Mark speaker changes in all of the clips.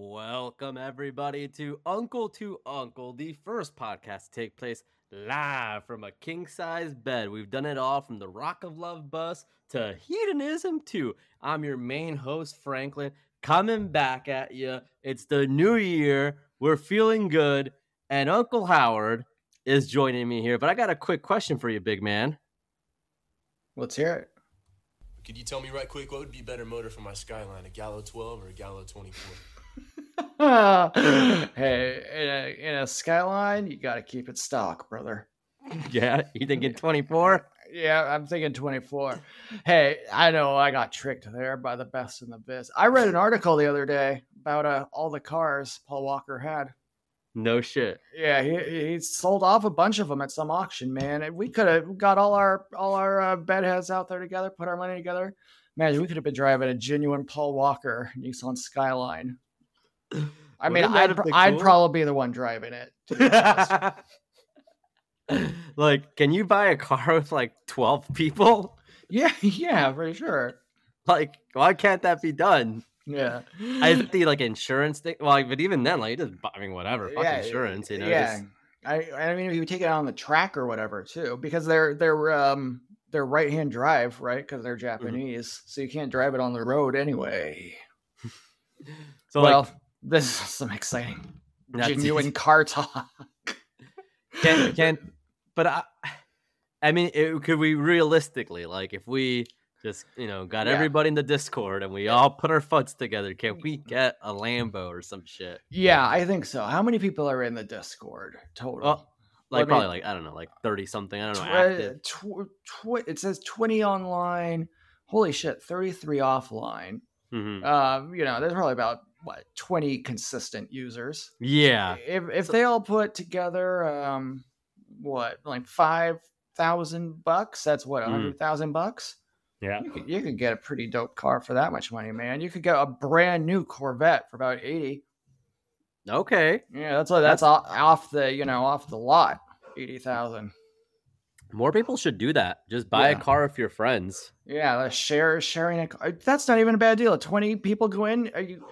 Speaker 1: Welcome, everybody, to Uncle to Uncle, the first podcast to take place live from a king size bed. We've done it all from the Rock of Love bus to Hedonism 2. I'm your main host, Franklin, coming back at you. It's the new year. We're feeling good. And Uncle Howard is joining me here. But I got a quick question for you, big man.
Speaker 2: Let's hear it.
Speaker 3: Could you tell me right quick what would be better motor for my Skyline, a Gallo 12 or a Gallo 24?
Speaker 2: hey, in a, in a skyline, you got to keep it stock, brother.
Speaker 1: Yeah, you thinking 24?
Speaker 2: Yeah, I'm thinking 24. Hey, I know I got tricked there by the best in the biz. I read an article the other day about uh, all the cars Paul Walker had.
Speaker 1: No shit.
Speaker 2: Yeah, he, he sold off a bunch of them at some auction, man. And we could have got all our all our uh, bedheads out there together, put our money together. Man, we could have been driving a genuine Paul Walker Nissan Skyline. I mean,
Speaker 1: Wouldn't that
Speaker 2: I'd,
Speaker 1: have
Speaker 2: pr-
Speaker 1: been
Speaker 2: I'd
Speaker 1: cool?
Speaker 2: probably be the one driving it. to be honest.
Speaker 1: like, can you buy a car with like 12 people?
Speaker 2: yeah, yeah, for sure.
Speaker 1: Like, why can't that be done?
Speaker 2: Yeah,
Speaker 1: I think the like insurance thing. Well, like, but even then, like, it doesn't. bo- I mean, whatever. Fuck
Speaker 2: Yeah,
Speaker 1: insurance, you know.
Speaker 2: yeah.
Speaker 1: just-
Speaker 2: I I mean, if you take it out on the track or whatever too, because they're they're um they're right hand drive, right? Because they're
Speaker 1: Mm-hmm.
Speaker 2: Japanese, so you can't drive it on the road anyway.
Speaker 1: so
Speaker 2: well,
Speaker 1: like,
Speaker 2: this is some exciting
Speaker 1: that's-
Speaker 2: genuine car talk.
Speaker 1: can can. But I, I mean, it, could we realistically like if we just you know got
Speaker 2: Yeah.
Speaker 1: everybody in the Discord and we all put our futs together? Can we get a Lambo or some shit?
Speaker 2: Yeah, I think so. How many people are in the Discord total?
Speaker 1: Well, Like
Speaker 2: Let me-
Speaker 1: probably like I don't know, like thirty something. I don't know.
Speaker 2: Twe-
Speaker 1: active.
Speaker 2: tw- tw- it says 20 online. Holy shit, 33 offline.
Speaker 1: Mhm.
Speaker 2: Um, you know, there's probably about what 20 consistent users.
Speaker 1: Yeah.
Speaker 2: If if
Speaker 1: So-
Speaker 2: they all put together um what, like 5,000 bucks, that's what
Speaker 1: Mm.
Speaker 2: 100,000 bucks.
Speaker 1: Yeah.
Speaker 2: You could, you could get a pretty dope car for that much money, man. You could get a brand new Corvette for about 80.
Speaker 1: Okay.
Speaker 2: Yeah, that's what that's, o- off the, you know, off the lot. 80,000.
Speaker 1: More people should do that. Just buy a
Speaker 2: Yeah.
Speaker 1: car with your friends.
Speaker 2: Yeah, the share sharing a car. That's not even a bad deal. Twenty people go in. Are you,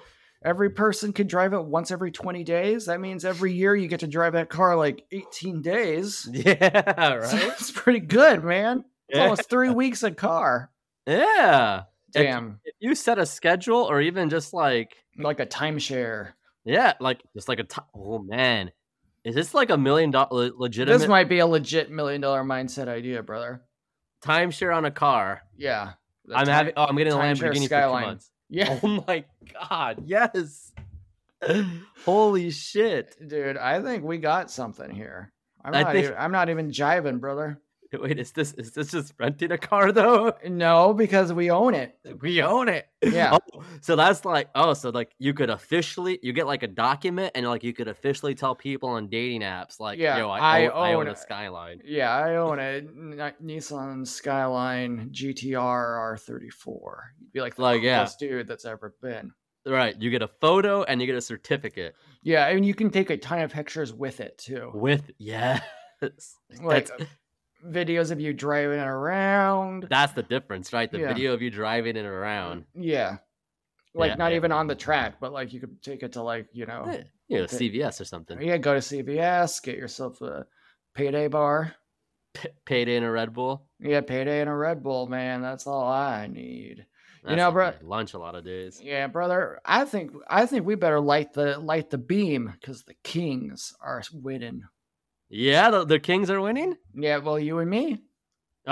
Speaker 2: every person can drive it once every twenty days. That means every year you get to drive that car like eighteen days.
Speaker 1: Yeah.
Speaker 2: So
Speaker 1: Right.
Speaker 2: it's pretty good, man. It's
Speaker 1: Yeah.
Speaker 2: almost three weeks a car.
Speaker 1: yeah. If-
Speaker 2: Damn,
Speaker 1: If you set a schedule or even just like,
Speaker 2: like a timeshare.
Speaker 1: yeah, like just like a ti- oh man, is this like a million dollar legitimate
Speaker 2: This might be a legit million dollar mindset idea, brother.
Speaker 1: timeshare on a car?
Speaker 2: Yeah, the
Speaker 1: I'm
Speaker 2: time-
Speaker 1: having. Oh, I'm getting a
Speaker 2: timeshare
Speaker 1: Lamborghini for
Speaker 2: Skyline.
Speaker 1: two months.
Speaker 2: Yeah,
Speaker 1: Oh my god. Yes. Holy shit.
Speaker 2: dude, I think we got something here. I'm
Speaker 1: I
Speaker 2: not.
Speaker 1: think-
Speaker 2: even, I'm not even jiving, brother.
Speaker 1: Wait, is this is this just renting a car though?
Speaker 2: No, because we own it.
Speaker 1: We own it.
Speaker 2: Yeah.
Speaker 1: Oh, so that's like oh, so like you could officially you get like a document and like you could officially tell people on dating apps like
Speaker 2: Yeah,
Speaker 1: yo I,
Speaker 2: I
Speaker 1: own, I own
Speaker 2: own
Speaker 1: a
Speaker 2: it.
Speaker 1: skyline.
Speaker 2: Yeah, I own a N- uh, Nissan Skyline GTR R34. You'd be like the
Speaker 1: Like, yeah.
Speaker 2: coolest dude that's ever been.
Speaker 1: Right. You get a photo and you get a certificate
Speaker 2: Yeah, and you can take a ton of pictures with it too.
Speaker 1: with yes.
Speaker 2: Like
Speaker 1: that's
Speaker 2: uh, videos of you driving around.
Speaker 1: that's the difference, right? The
Speaker 2: Yeah.
Speaker 1: video of you driving it around.
Speaker 2: Yeah. Like
Speaker 1: Yeah,
Speaker 2: not
Speaker 1: yeah.
Speaker 2: even on the track, but like you could take it to like, you know,
Speaker 1: Yeah, Eh, you know,
Speaker 2: Oh, okay.
Speaker 1: CVS or something.
Speaker 2: yeah, go to CVS, get yourself a payday bar.
Speaker 1: P- payday in a Red Bull.
Speaker 2: Yeah, payday and a Red Bull, man. That's all I need. You
Speaker 1: That's
Speaker 2: know,
Speaker 1: like
Speaker 2: bro-
Speaker 1: my lunch a lot of days.
Speaker 2: Yeah, brother. I think I think we better light the light the beam because the kings are winning.
Speaker 1: Yeah, the, the Kings are winning.
Speaker 2: Yeah, well, you and me.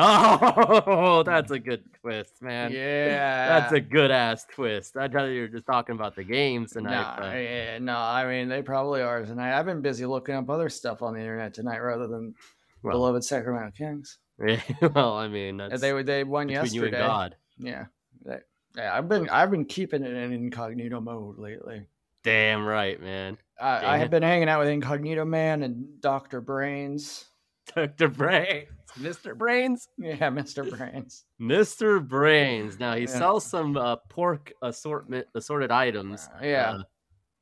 Speaker 1: Oh, that's a good twist, man.
Speaker 2: yeah,
Speaker 1: That's a good ass twist. I thought you were just talking about the games tonight.
Speaker 2: Nah,
Speaker 1: but-
Speaker 2: yeah, no, I mean they probably are tonight. I've been busy looking up other stuff on the internet tonight rather than
Speaker 1: Well.
Speaker 2: beloved Sacramento Kings.
Speaker 1: well, I mean, that's
Speaker 2: And they were they won
Speaker 1: between
Speaker 2: yesterday.
Speaker 1: you and God.
Speaker 2: Yeah, They- yeah. I've been I've been keeping it in incognito mode lately.
Speaker 1: Damn right, man. Dang
Speaker 2: I, I
Speaker 1: it.
Speaker 2: have been hanging out with Incognito Man and Doctor Brains.
Speaker 1: Doctor Brains, Mister Brains,
Speaker 2: Yeah, Mister Brains.
Speaker 1: Mister Brains. Now he
Speaker 2: Yeah.
Speaker 1: sells some uh, pork assortment assorted items.
Speaker 2: Uh, yeah.
Speaker 1: Uh,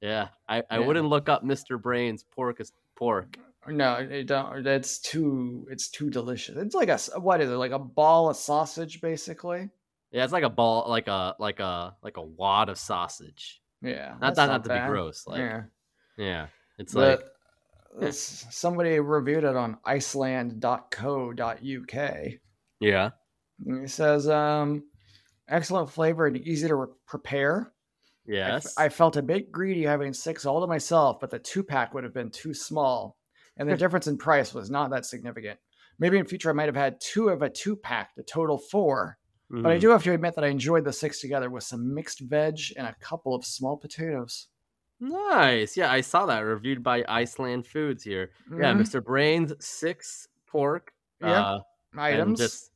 Speaker 1: yeah. I, I
Speaker 2: Yeah.
Speaker 1: wouldn't look up Mister Brains pork as pork.
Speaker 2: No, it don't. That's too. It's too delicious. It's like a s- what is it? Like a ball of sausage, basically.
Speaker 1: Yeah, it's like a ball, like a like a like a wad of sausage.
Speaker 2: Yeah.
Speaker 1: Not
Speaker 2: that's
Speaker 1: not, not to
Speaker 2: bad.
Speaker 1: be gross. Like yeah,
Speaker 2: yeah.
Speaker 1: it's
Speaker 2: But
Speaker 1: like
Speaker 2: this- somebody reviewed it on iceland.co.uk.
Speaker 1: yeah.
Speaker 2: And He says, um, excellent flavor and easy to re- prepare. I f-
Speaker 1: Yes.
Speaker 2: I felt a bit greedy having six all to myself, but the two pack would have been too small. And the difference in price was not that significant. Maybe in future I might have had two of a two pack, the total four. But I
Speaker 1: Mm.
Speaker 2: do have to admit that I enjoyed the six together with some mixed veg and a couple of small potatoes.
Speaker 1: Nice. Yeah, I saw that reviewed by Iceland Foods here. Yeah,
Speaker 2: Mhm.
Speaker 1: Mr. Brains six pork
Speaker 2: Yeah,
Speaker 1: uh, and
Speaker 2: Mm-hmm. Items.
Speaker 1: just-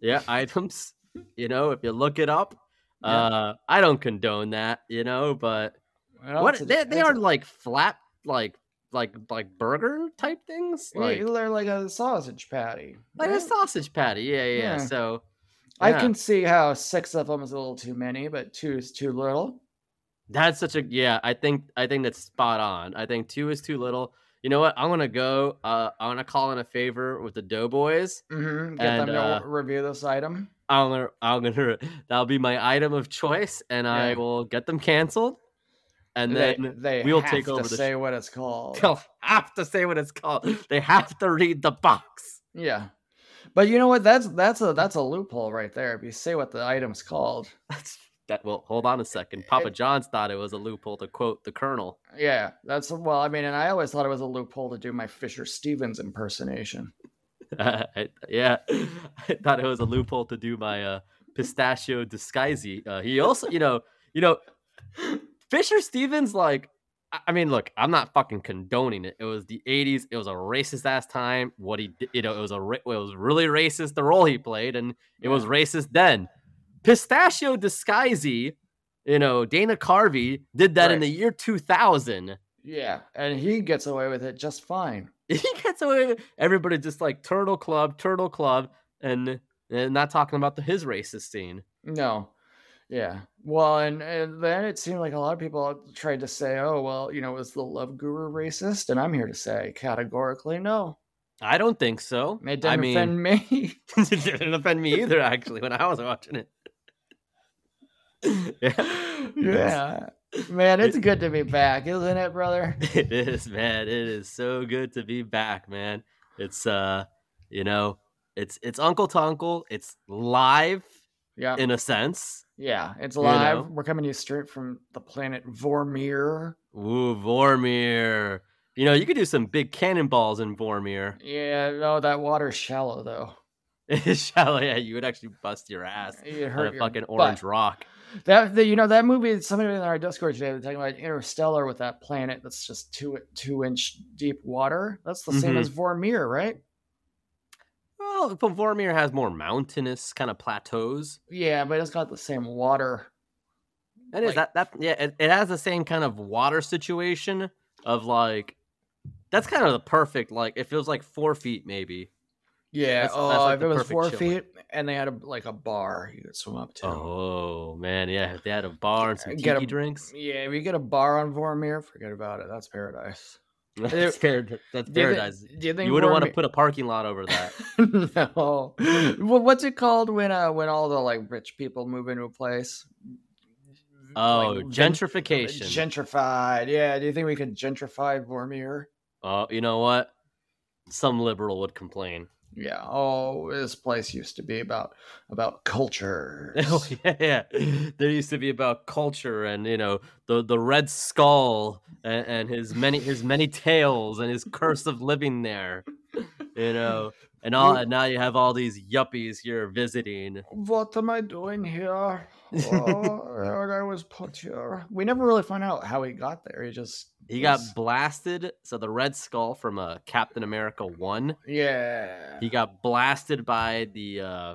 Speaker 1: yeah, items. You know, if you look it up,
Speaker 2: Yeah.
Speaker 1: uh, I don't condone that. You know, but
Speaker 2: Well,
Speaker 1: what
Speaker 2: it's a-
Speaker 1: they, they
Speaker 2: it's
Speaker 1: are
Speaker 2: a-
Speaker 1: like flat, like like like burger type things,
Speaker 2: yeah,
Speaker 1: like
Speaker 2: they're like a sausage patty.
Speaker 1: like a
Speaker 2: right?
Speaker 1: sausage patty. Yeah, yeah. yeah.
Speaker 2: Yeah.
Speaker 1: So
Speaker 2: I
Speaker 1: yeah.
Speaker 2: can see how six of them is a little too many, but two is too little.
Speaker 1: That's such a yeah. I think I think that's spot on. I think two is too little. You know what? I'm gonna go. Uh, I'm gonna call in a favor with the Doughboys.
Speaker 2: hmm Get
Speaker 1: And,
Speaker 2: them to
Speaker 1: uh,
Speaker 2: review this item.
Speaker 1: I'm gonna, I'm gonna. That'll be my item of choice, and I
Speaker 2: Yeah.
Speaker 1: will get them canceled. And
Speaker 2: they,
Speaker 1: then
Speaker 2: they
Speaker 1: we'll
Speaker 2: have
Speaker 1: take
Speaker 2: to
Speaker 1: over the sh-
Speaker 2: say what it's called.
Speaker 1: they'll have to say what it's called. They have to read the box.
Speaker 2: Yeah, but you know what? That's that's a that's a loophole right there. If you say what the item's called,
Speaker 1: That's that. Well, hold on a second. Papa
Speaker 2: It-
Speaker 1: John's thought it was a loophole to quote the Colonel.
Speaker 2: yeah, that's well. I mean, and I always thought it was a loophole to do my Fisher Stevens impersonation.
Speaker 1: I- yeah, I thought it was a loophole to do my uh, pistachio disguisey. Uh, he also, you know, you know, Fisher Stevens. Like, I- I mean, look, I'm not fucking condoning it. It was the '80s. It was a racist ass time. What he, did, you know, it was a ra- it was really racist the role he played, and it was racist then. Pistachio disguisey. You know, Dana Carvey did that in
Speaker 2: Right.
Speaker 1: the year 2000.
Speaker 2: Yeah, and he gets away with it just fine.
Speaker 1: he gets away with everybody just like turtle club turtle club and and not talking about the his racist scene
Speaker 2: No. Yeah. Well, and, and then it seemed like a lot of people tried to say, oh, well, you know, was the love guru racist? And I'm here to say categorically, no.
Speaker 1: i don't think so
Speaker 2: It didn't
Speaker 1: i mean
Speaker 2: offend me.
Speaker 1: it didn't offend me either actually when i was watching it yeah
Speaker 2: yeah. Man, it's good to be back, isn't it, brother?
Speaker 1: it is man it is so good to be back man it's uh you know it's it's uncle tonkle it's live
Speaker 2: Yeah.
Speaker 1: in a sense
Speaker 2: yeah. It's
Speaker 1: you
Speaker 2: live.
Speaker 1: know.
Speaker 2: We're coming to you straight from the planet Vormir.
Speaker 1: Ooh, Vormir. You know, you could do some big cannonballs in Vormir.
Speaker 2: Yeah. No, that water's shallow, though.
Speaker 1: Shallow, yeah, you would actually bust your ass
Speaker 2: It
Speaker 1: on
Speaker 2: hurt
Speaker 1: a
Speaker 2: your
Speaker 1: fucking
Speaker 2: butt.
Speaker 1: orange rock.
Speaker 2: That the, you know that movie. Somebody in our Discord today was talking about Interstellar with that planet that's just two two inch deep water. That's the same
Speaker 1: Mhm.
Speaker 2: as Vormir, right?
Speaker 1: Well, but Vormir has more mountainous kind of plateaus.
Speaker 2: Yeah, but it's got the same water.
Speaker 1: That is
Speaker 2: Like-
Speaker 1: that that yeah, it, it has the same kind of water situation of like that's kind of the perfect like it feels like four feet maybe.
Speaker 2: Yeah.
Speaker 1: That's- that's
Speaker 2: oh,
Speaker 1: like
Speaker 2: if
Speaker 1: the
Speaker 2: it was
Speaker 1: perfect
Speaker 2: four
Speaker 1: chilling.
Speaker 2: feet and they had a, like a bar you could swim up to.
Speaker 1: Oh man, yeah. If they had a bar and some
Speaker 2: Get
Speaker 1: tiki
Speaker 2: a-
Speaker 1: drinks.
Speaker 2: Yeah, if you get a bar on Vormir, forget about it. That's paradise.
Speaker 1: That's, parad- that's
Speaker 2: Do you thi-
Speaker 1: paradise.
Speaker 2: do you think
Speaker 1: You wouldn't want to
Speaker 2: Vormir-
Speaker 1: put a parking lot over that.
Speaker 2: no. Well, what's it called when uh when all the like rich people move into a place?
Speaker 1: Oh,
Speaker 2: Like, gen-
Speaker 1: gentrification.
Speaker 2: Gentrified. Yeah. Do you think we could gentrify Vormir?
Speaker 1: oh, you know what? Some liberal would complain.
Speaker 2: Yeah. Oh, this place used to be about about culture.
Speaker 1: Oh yeah, yeah. There used to be about culture and you know the the Red Skull and, and his many his many tales and his curse of living there, you know. And all and now you have all these yuppies here visiting.
Speaker 2: what am I doing here? Oh, and I was put here. We never really find out how he got there. He just
Speaker 1: He got
Speaker 2: was-
Speaker 1: blasted. So the Red Skull from uh, Captain America One,
Speaker 2: yeah.
Speaker 1: he got blasted by the uh,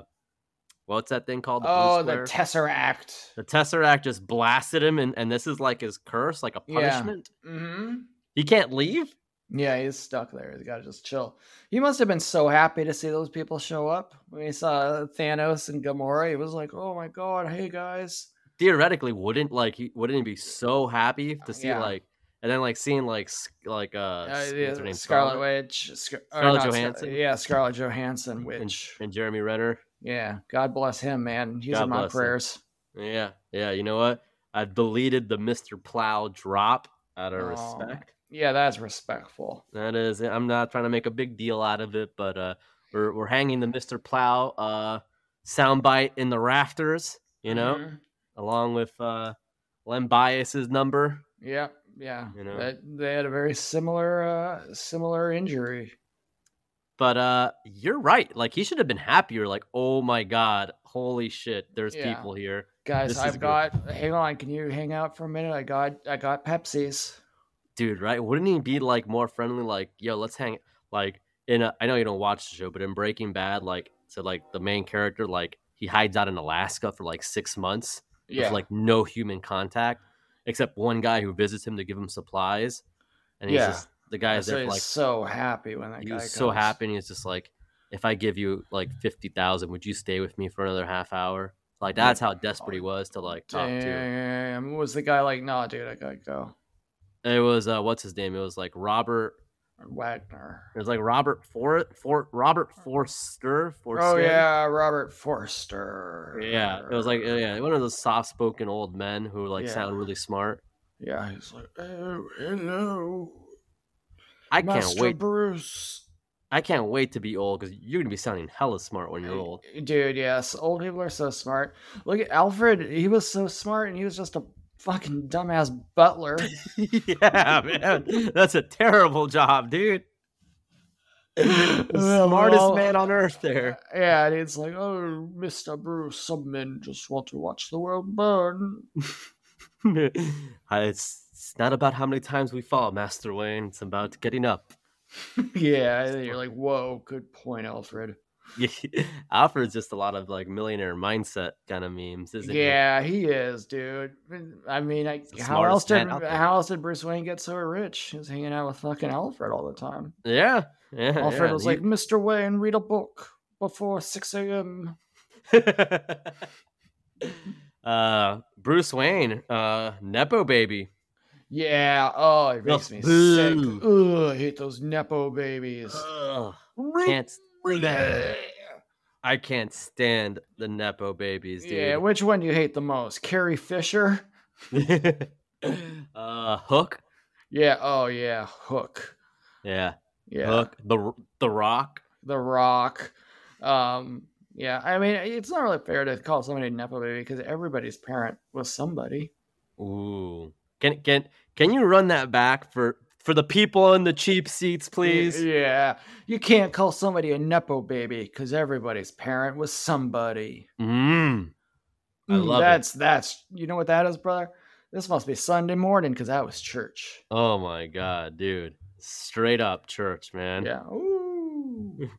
Speaker 1: what's that thing called? The blue
Speaker 2: oh,
Speaker 1: square?
Speaker 2: the tesseract.
Speaker 1: the Tesseract just blasted him, and, and this is like his curse, like a
Speaker 2: Yeah.
Speaker 1: punishment.
Speaker 2: Mm-hmm.
Speaker 1: He can't leave.
Speaker 2: Yeah, he's stuck there. He's got to just chill. He must have been so happy to see those people show up when he saw Thanos and Gamora. He was like, "Oh my god, hey guys!"
Speaker 1: theoretically wouldn't like he wouldn't he be so happy to see
Speaker 2: Oh, Yeah.
Speaker 1: like and then like seeing like s- like uh, s-
Speaker 2: yeah,
Speaker 1: what's her name,
Speaker 2: Scarlet, Witch, Scar- or
Speaker 1: Scarlett
Speaker 2: not Scar-
Speaker 1: Johansson.
Speaker 2: yeah, Scarlett Johansson,
Speaker 1: and,
Speaker 2: Witch.
Speaker 1: and Jeremy Renner.
Speaker 2: yeah, God bless him, man. He's
Speaker 1: God
Speaker 2: in my
Speaker 1: bless him.
Speaker 2: prayers.
Speaker 1: Yeah, yeah. You know what? I deleted the Mr. Plow drop out of
Speaker 2: Oh.
Speaker 1: respect.
Speaker 2: Yeah, that's respectful.
Speaker 1: That is it. I'm not trying to make a big deal out of it, but uh, we're we're hanging the Mr. Plow uh soundbite in the rafters, you know,
Speaker 2: Mhm.
Speaker 1: along with uh Len Bias's number.
Speaker 2: Yeah, yeah.
Speaker 1: You know.
Speaker 2: That, they had a very similar uh similar injury.
Speaker 1: But uh you're right. Like he should have been happier, like, oh my god, holy shit, there's
Speaker 2: Yeah.
Speaker 1: people here.
Speaker 2: Guys,
Speaker 1: This is
Speaker 2: I've
Speaker 1: good.
Speaker 2: got hang on, can you hang out for a minute? I got I got Pepsi's.
Speaker 1: Dude, right? Wouldn't he be like more friendly, like, yo, let's hang like in a, I know you don't watch the show, but in Breaking Bad, like so like the main character, like he hides out in Alaska for like six months.
Speaker 2: Yeah.
Speaker 1: with like no human contact except one guy who visits him to give him supplies and he's
Speaker 2: Yeah.
Speaker 1: just the guy is
Speaker 2: so
Speaker 1: there
Speaker 2: he's
Speaker 1: for like
Speaker 2: so happy when that
Speaker 1: he
Speaker 2: guy
Speaker 1: was so
Speaker 2: comes.
Speaker 1: happy and he's just like if i give you like 50000 would you stay with me for another half hour like
Speaker 2: Yeah.
Speaker 1: that's how desperate he was to like talk to
Speaker 2: Damn. Was the guy like, nah, dude, I gotta go.
Speaker 1: it was uh what's his name it was like robert
Speaker 2: Wagner.
Speaker 1: it was like robert for for robert forster Forster.
Speaker 2: Oh yeah, Robert Forster.
Speaker 1: yeah it was like uh, yeah one of those soft-spoken old men who like
Speaker 2: Yeah.
Speaker 1: sound really smart
Speaker 2: Yeah, he's like, oh, hello,
Speaker 1: i can't
Speaker 2: Master
Speaker 1: wait
Speaker 2: Bruce.
Speaker 1: I can't wait to be old because you're gonna be sounding hella smart when you're old.
Speaker 2: Dude, yes, old people are so smart. Look at Alfred; he was so smart, and he was just a fucking dumbass butler.
Speaker 1: yeah, man, that's a terrible job, dude. The
Speaker 2: Well,
Speaker 1: smartest
Speaker 2: well-
Speaker 1: man on earth there.
Speaker 2: yeah, and it's like, oh, Mister Bruce, some men just want to watch the world burn.
Speaker 1: Uh, it's, it's not about how many times we fall, Master Wayne. It's about getting up.
Speaker 2: yeah, and then you're like, whoa, good point, Alfred.
Speaker 1: Alfred's just a lot of like millionaire mindset kind of memes, isn't he?
Speaker 2: Yeah, he is, dude. I mean, I,
Speaker 1: the
Speaker 2: how else
Speaker 1: smartest
Speaker 2: did
Speaker 1: man out there.
Speaker 2: how else did Bruce Wayne get so rich? He was hanging out with fucking Alfred all the time.
Speaker 1: Yeah. Yeah.
Speaker 2: Alfred
Speaker 1: yeah,
Speaker 2: was
Speaker 1: you-
Speaker 2: like, "Mr. Wayne, read a book before six a.m."
Speaker 1: uh, Bruce Wayne, uh, Nepo baby.
Speaker 2: Yeah. Oh, it
Speaker 1: No,
Speaker 2: makes me sick.
Speaker 1: boo.
Speaker 2: Ugh, I hate those nepo babies.
Speaker 1: Ugh,
Speaker 2: Re-
Speaker 1: can't
Speaker 2: yeah.
Speaker 1: I can't stand the Nepo babies,
Speaker 2: yeah.
Speaker 1: dude.
Speaker 2: Which one do you hate the most? Carrie Fisher.
Speaker 1: uh, Hook.
Speaker 2: Yeah. Oh yeah. Hook.
Speaker 1: Yeah.
Speaker 2: Yeah.
Speaker 1: Hook. The R- The Rock.
Speaker 2: The Rock. Um. Yeah. I mean, it's not really fair to call somebody a nepo baby because everybody's parent was somebody.
Speaker 1: Ooh. Can can can you run that back for for the people in the cheap seats, please?
Speaker 2: Yeah. You can't call somebody a nepo baby because everybody's parent was somebody.
Speaker 1: Mm. I
Speaker 2: Mm,
Speaker 1: love it.
Speaker 2: that's that's you know what that is, brother. This must be Sunday morning because that was church.
Speaker 1: Oh my god, dude. Straight up church, man.
Speaker 2: Yeah. Ooh.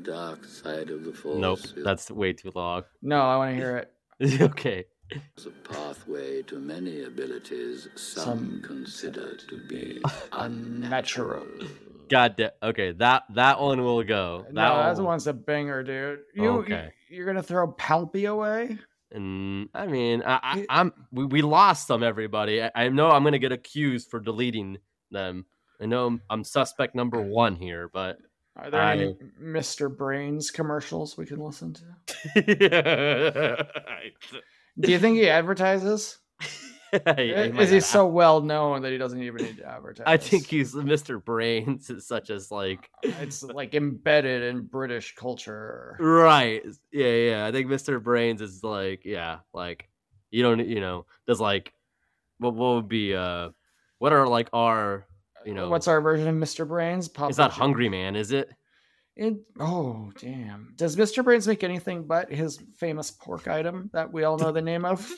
Speaker 4: dark side of the force.
Speaker 1: Nope,
Speaker 4: is
Speaker 1: that's way too long.
Speaker 2: No, I want to hear it.
Speaker 1: okay.
Speaker 4: a pathway to many abilities some,
Speaker 2: Some
Speaker 4: consider to be
Speaker 2: Unnatural.
Speaker 1: God da- okay, that that one will go. That
Speaker 2: no, that's
Speaker 1: one.
Speaker 2: one's a banger, dude. You,
Speaker 1: Okay.
Speaker 2: you are gonna throw Palpy away?
Speaker 1: And I mean, I, I,
Speaker 2: It-
Speaker 1: I'm we, we lost them, everybody. I, I know I'm gonna get accused for deleting them. I know I'm, I'm suspect number one here, but
Speaker 2: Are there any Mr. Brains commercials we can listen to?
Speaker 1: I,
Speaker 2: Do you think he advertises?
Speaker 1: I might
Speaker 2: Uh, is he
Speaker 1: not-
Speaker 2: so well known that he doesn't even need to advertise?
Speaker 1: I think he's Mr. Brains, is such as like
Speaker 2: it's like embedded in British culture.
Speaker 1: right, yeah, yeah. I think Mr. Brains is like yeah, like you don't you know does like what what would be uh what are like our you know
Speaker 2: Uh, What's our version of Mr. Brains? Pop
Speaker 1: it's not Hungry Man, is it?
Speaker 2: It, oh damn! Does Mr. Brains make anything but his famous pork item that we all know the name of?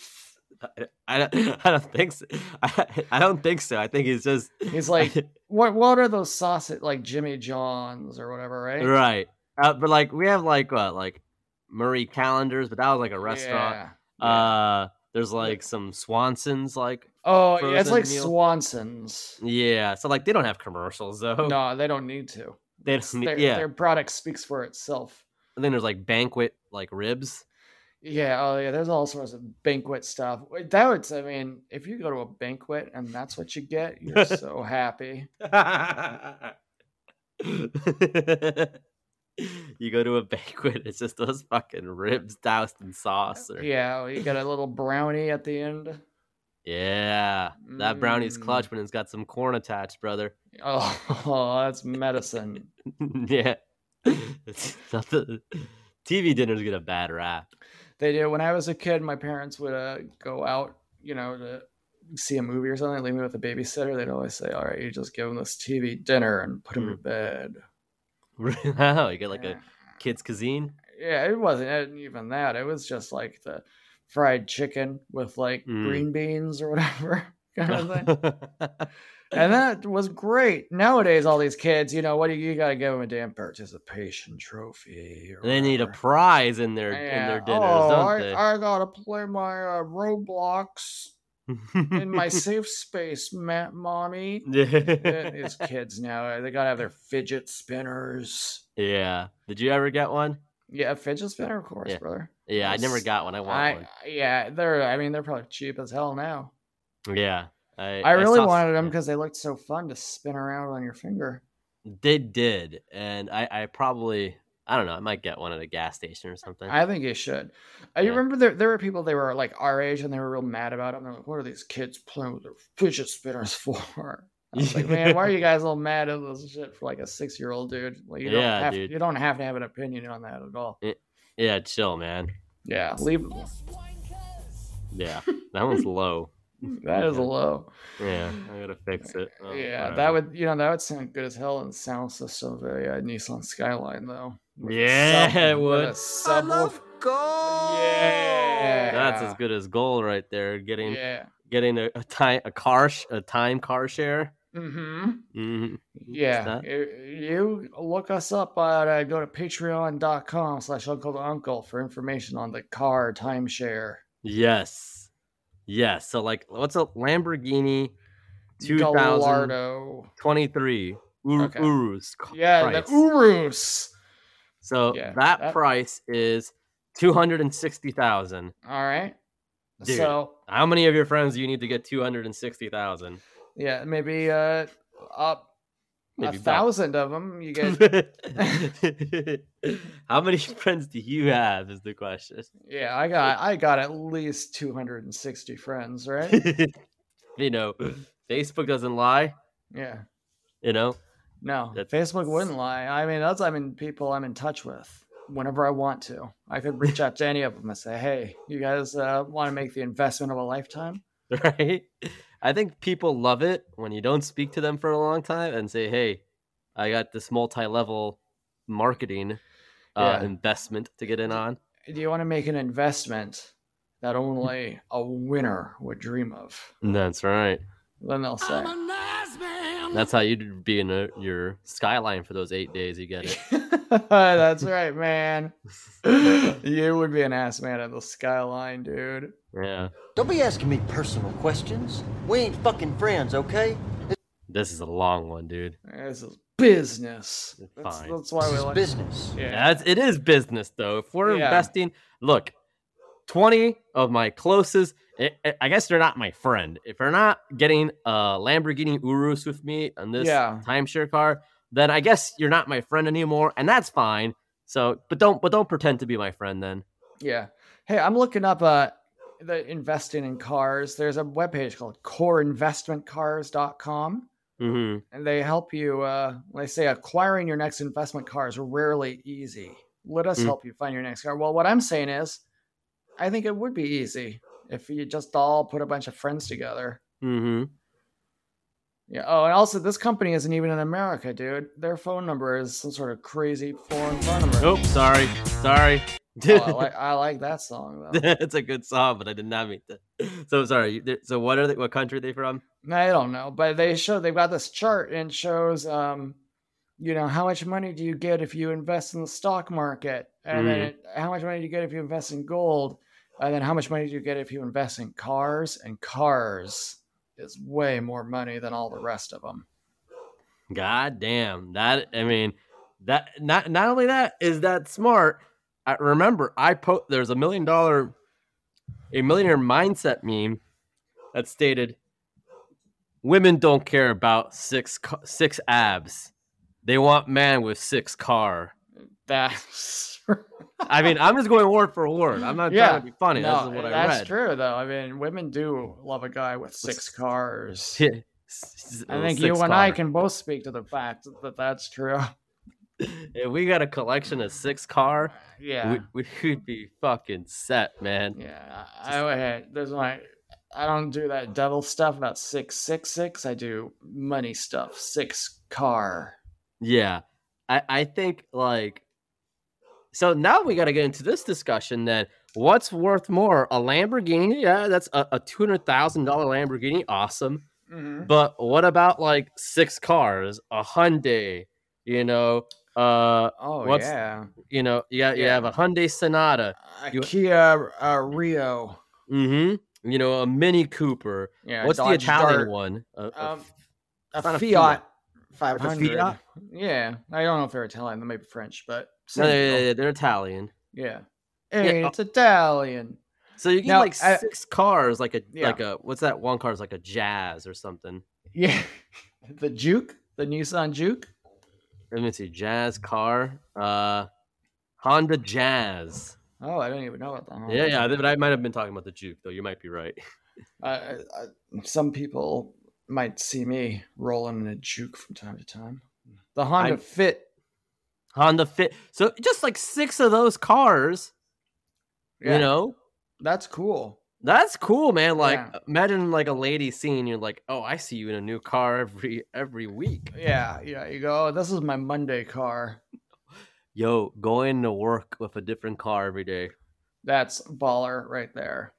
Speaker 1: I- I don't, I don't think so. I, I don't think so. I think he's just
Speaker 2: He's like, eh? what? What are those sausage like Jimmy John's or whatever? Right?
Speaker 1: right. Uh, but like we have like what like Murray Calendars, but that was like a restaurant.
Speaker 2: Yeah, yeah.
Speaker 1: Uh, there's like some Swansons, like
Speaker 2: oh, yeah, it's
Speaker 1: frozen
Speaker 2: like
Speaker 1: meal.
Speaker 2: Swanson's.
Speaker 1: yeah. So like they don't have commercials though.
Speaker 2: No, they don't need to.
Speaker 1: they don't,
Speaker 2: Their,
Speaker 1: need- yeah.
Speaker 2: their product speaks for itself.
Speaker 1: And then there's like banquet like ribs.
Speaker 2: Yeah. Oh yeah. There's all sorts of banquet stuff. That would. I mean, if you go to a banquet and that's what you get, you're so happy.
Speaker 1: you go to a banquet, it's just those fucking ribs doused in sauce. Or,
Speaker 2: oh, Yeah. You get a little brownie at the end.
Speaker 1: Yeah, that brownie's
Speaker 2: Mm.
Speaker 1: clutch when it's got some corn attached, brother.
Speaker 2: Oh, that's medicine.
Speaker 1: yeah, it's not the TV dinners get a bad rap.
Speaker 2: they do. When I was a kid, my parents would uh, go out, you know, to see a movie or something, leave me with a babysitter. They'd always say, "All right, you just give them this TV dinner and put them to bed."
Speaker 1: wow, you get Mm. like
Speaker 2: yeah.
Speaker 1: a kids' cuisine.
Speaker 2: yeah, it wasn't even that. It was just like the fried chicken with like
Speaker 1: Mm.
Speaker 2: green beans or whatever. Kind of thing. and that was great. Nowadays, all these kids, you know, what do you, you got to give them a damn participation trophy? Or
Speaker 1: they need a
Speaker 2: whatever.
Speaker 1: prize in their in their dinners,
Speaker 2: oh,
Speaker 1: don't
Speaker 2: I,
Speaker 1: they?
Speaker 2: I gotta play my uh, Roblox in my safe space, ma- mommy. Eh,
Speaker 1: yeah.
Speaker 2: These kids now, they gotta have their fidget spinners.
Speaker 1: yeah. Did you ever get one?
Speaker 2: Yeah, a fidget spinner, of course,
Speaker 1: Yeah.
Speaker 2: brother.
Speaker 1: Yeah, I never
Speaker 2: Yes.
Speaker 1: got one. I want
Speaker 2: I, yeah, they're. I mean, they're probably cheap as hell now.
Speaker 1: one. Yeah. I,
Speaker 2: I really
Speaker 1: saw s-
Speaker 2: wanted them
Speaker 1: yeah.
Speaker 2: because they looked so fun to spin around on your finger.
Speaker 1: They did, and I, I probably I don't know. I might get one at a gas station or something.
Speaker 2: I think you should. I
Speaker 1: Yeah.
Speaker 2: remember there there were people they were like our age and they were real mad about it. And they're like, "What are these kids playing with their fidget spinners for?" I was like, "Man, why are you guys all mad at this shit for like a six year old dude? Like, you
Speaker 1: Yeah,
Speaker 2: don't have
Speaker 1: dude.
Speaker 2: you don't have to have an opinion on that at all.
Speaker 1: yeah, chill, man.
Speaker 2: Yeah, leave
Speaker 1: Yeah, that one's low.
Speaker 2: that is
Speaker 1: Yeah.
Speaker 2: low.
Speaker 1: Yeah, I gotta fix it. Oh,
Speaker 2: yeah,
Speaker 1: whatever.
Speaker 2: that would you know that would sound good as hell in the sound system of a uh, Nissan Skyline though. With a
Speaker 1: Yeah,
Speaker 2: sub-
Speaker 1: it
Speaker 2: with
Speaker 1: would.
Speaker 2: a subwoofer.
Speaker 4: gold.
Speaker 2: Yeah,
Speaker 1: That's as good as gold right there. Getting
Speaker 2: Yeah.
Speaker 1: getting a, a time a car sh- a time car share.
Speaker 2: Mm-hmm.
Speaker 1: hmm
Speaker 2: Yeah,
Speaker 1: that?
Speaker 2: you- you look us up at uh, go to patreon.com slash uncle to uncle for information on the car timeshare.
Speaker 1: Yes, yes. So like, what's a Lamborghini? 2023
Speaker 2: Gallardo.
Speaker 1: Ur-
Speaker 2: Okay.
Speaker 1: Urus. c-
Speaker 2: Yeah,
Speaker 1: price.
Speaker 2: the Urus.
Speaker 1: So
Speaker 2: Yeah,
Speaker 1: that,
Speaker 2: that-
Speaker 1: price is two hundred and sixty thousand.
Speaker 2: All right.
Speaker 1: Dude.
Speaker 2: So,
Speaker 1: How many of your friends do you need to get two hundred and sixty thousand?
Speaker 2: yeah, maybe uh up
Speaker 1: Maybe
Speaker 2: a
Speaker 1: about-
Speaker 2: thousand of them. You get,
Speaker 1: How many friends do you have? Is the question.
Speaker 2: yeah, I got, I got at least 260 friends, right?
Speaker 1: you know, Facebook doesn't lie.
Speaker 2: yeah.
Speaker 1: You know,
Speaker 2: No,
Speaker 1: That's-
Speaker 2: Facebook wouldn't lie. I mean, that's I mean people I'm in touch with whenever I want to. I could reach out to any of them and say, "Hey, you guys uh, want to make the investment of a lifetime?"
Speaker 1: right? I think people love it when you don't speak to them for a long time and say, "Hey, I got this multi-level marketing uh,
Speaker 2: Yeah.
Speaker 1: investment to get in on."
Speaker 2: Do you want to make an investment that only a winner would dream of?
Speaker 1: That's right.
Speaker 2: Then they'll say,
Speaker 4: Uh-huh.
Speaker 1: That's how you'd be in a, your skyline for those eight days. You get it.
Speaker 2: "That's right, man. you would be an ass man at the skyline, dude."
Speaker 1: Yeah.
Speaker 5: Don't be asking me personal questions. We ain't fucking friends, okay?
Speaker 1: This is a long one, dude.
Speaker 2: This is business.
Speaker 1: It's
Speaker 2: That's,
Speaker 1: fine.
Speaker 2: that's why we
Speaker 5: This is
Speaker 2: like.
Speaker 5: business.
Speaker 2: Yeah.
Speaker 1: That's it is business though. If we're
Speaker 2: Yeah.
Speaker 1: investing, look, twenty of my closest, I- I I guess they're not my friend. If they're not getting a Lamborghini Urus with me on this
Speaker 2: Yeah.
Speaker 1: timeshare car, then I guess you're not my friend anymore, and that's fine. So, but don't but don't pretend to be my friend then.
Speaker 2: Yeah. Hey, I'm looking up uh the investing in cars. There's a webpage called coreinvestmentcars.com
Speaker 1: Mm-hmm.
Speaker 2: and they help you uh they say acquiring your next investment car is rarely easy. Let us
Speaker 1: Mm.
Speaker 2: help you find your next car. Well, what I'm saying is I think it would be easy if you just all put a bunch of friends together.
Speaker 1: Mm-hmm.
Speaker 2: Yeah. Oh, and also this company isn't even in America, dude. Their phone number is some sort of crazy foreign phone number.
Speaker 1: Oh, sorry, sorry.
Speaker 2: Oh, I, like, I like that song though.
Speaker 1: That's a good song, but I did not mean that. So sorry. you- there- So what are they? What country are they from?
Speaker 2: I don't know, but they show they've got this chart and it shows um you know how much money do you get if you invest in the stock market and then
Speaker 1: Mhm.
Speaker 2: it, how much money do you get if you invest in gold and then how much money do you get if you invest in cars and cars is way more money than all the rest of them.
Speaker 1: God damn. That I mean that not not only that is that smart. I remember I po- there's a million dollar a millionaire mindset meme that stated women don't care about six ca- six abs. They want man with six car.
Speaker 2: That's
Speaker 1: I mean, I'm just going word for word. I'm not
Speaker 2: Yeah.
Speaker 1: trying to be funny.
Speaker 2: no,
Speaker 1: this is what I
Speaker 2: that's
Speaker 1: read.
Speaker 2: true though. I mean, women do love a guy with six cars.
Speaker 1: Shit. S-
Speaker 2: I
Speaker 1: little
Speaker 2: think
Speaker 1: six
Speaker 2: you and I
Speaker 1: car.
Speaker 2: can both speak to the fact that that's true.
Speaker 1: If we got a collection of six car,
Speaker 2: Yeah,
Speaker 1: we, we'd be fucking set, man.
Speaker 2: yeah. I, I would. hey, There's my. I don't do that devil stuff about six six six. I do money stuff. Six car.
Speaker 1: Yeah. I, I think like so now we gotta get into this discussion then. What's worth more? A Lamborghini? Yeah, that's a, a two hundred thousand dollar Lamborghini. Awesome.
Speaker 2: Mm-hmm.
Speaker 1: But what about like six cars? A Hyundai, you know, uh
Speaker 2: Oh
Speaker 1: What's-
Speaker 2: yeah.
Speaker 1: you know, yeah, you
Speaker 2: Yeah.
Speaker 1: have a Hyundai Sonata,
Speaker 2: A
Speaker 1: You-
Speaker 2: Kia uh, Rio.
Speaker 1: mm-hmm, you know, a Mini Cooper.
Speaker 2: Yeah.
Speaker 1: What's
Speaker 2: Dodge
Speaker 1: the Italian
Speaker 2: Dart.
Speaker 1: one? Uh, A- a
Speaker 2: Um,
Speaker 1: f-
Speaker 2: a
Speaker 1: it's not
Speaker 2: Fiat,
Speaker 1: a Fiat.
Speaker 2: 500.
Speaker 1: Fiat?
Speaker 2: Yeah, I don't know if they're Italian. They may be French, but
Speaker 1: no,
Speaker 2: same
Speaker 1: yeah, yeah,
Speaker 2: deal.
Speaker 1: yeah, they're Italian.
Speaker 2: yeah.
Speaker 1: Yeah,
Speaker 2: Hey,
Speaker 1: uh,
Speaker 2: it's Italian.
Speaker 1: So you get
Speaker 2: Now,
Speaker 1: like
Speaker 2: I-
Speaker 1: six cars, like a
Speaker 2: Yeah.
Speaker 1: like a what's that one car is like a Jazz or something.
Speaker 2: Yeah, the Juke, the Nissan Juke.
Speaker 1: Let me see, Jazz car, uh, Honda Jazz.
Speaker 2: Oh, I didn't even know about that. huh?
Speaker 1: Yeah, yeah, I- but I might have been talking about the Juke though. You might be right.
Speaker 2: Uh, I, I, some people might see me rolling in a Juke from time to time. The Honda
Speaker 1: I-
Speaker 2: Fit.
Speaker 1: Honda Fit. So just like six of those cars,
Speaker 2: yeah,
Speaker 1: you know,
Speaker 2: that's cool.
Speaker 1: that's cool, man. Like
Speaker 2: Yeah.
Speaker 1: imagine like a lady seeing you, like, oh, I see you in a new car every every week.
Speaker 2: Yeah, yeah. You go. Oh, this is my Monday car.
Speaker 1: Yo, going to work with a different car every day.
Speaker 2: That's baller right there.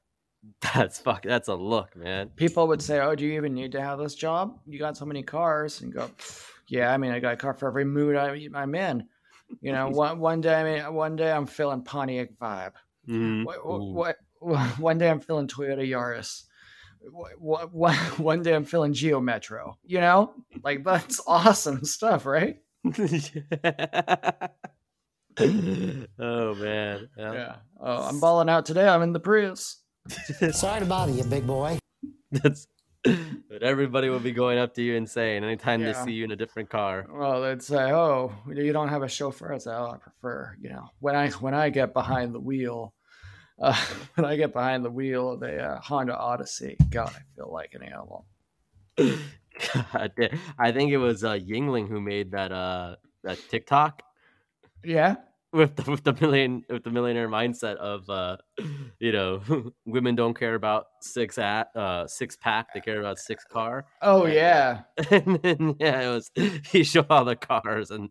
Speaker 1: That's fuck. That's a look, man.
Speaker 2: people would say, "Oh, do you even need to have this job? You got so many cars." And go, "Pff, "Yeah, I mean, I got a car for every mood I, I'm in." You know, one one day, I mean, one day I'm feeling Pontiac vibe.
Speaker 1: Mhm.
Speaker 2: What,
Speaker 1: Ooh.
Speaker 2: what, what, one day I'm feeling Toyota Yaris. What, what, one day I'm feeling Geo Metro. You know, like that's awesome stuff, right?
Speaker 1: oh man. Yeah.
Speaker 2: Yeah. Oh, I'm balling out today. I'm in the Prius.
Speaker 5: Sorry to bother you, big boy.
Speaker 1: That's but everybody will be going up to you and saying anytime they
Speaker 2: Yeah.
Speaker 1: see you in a different car.
Speaker 2: Well, they'd say, "Oh, you don't have a chauffeur." I say, "Oh, I prefer, you know, when I when I get behind the wheel, uh, when I get behind the wheel of the uh, Honda Odyssey, God, I feel like an animal."
Speaker 1: God damn. I think it was uh, Yingling who made that uh that TikTok
Speaker 2: Yeah,
Speaker 1: with the with the million with the millionaire mindset of uh you know women don't care about six at uh six pack they care about six car
Speaker 2: oh yeah,
Speaker 1: and then yeah it was he showed all the cars and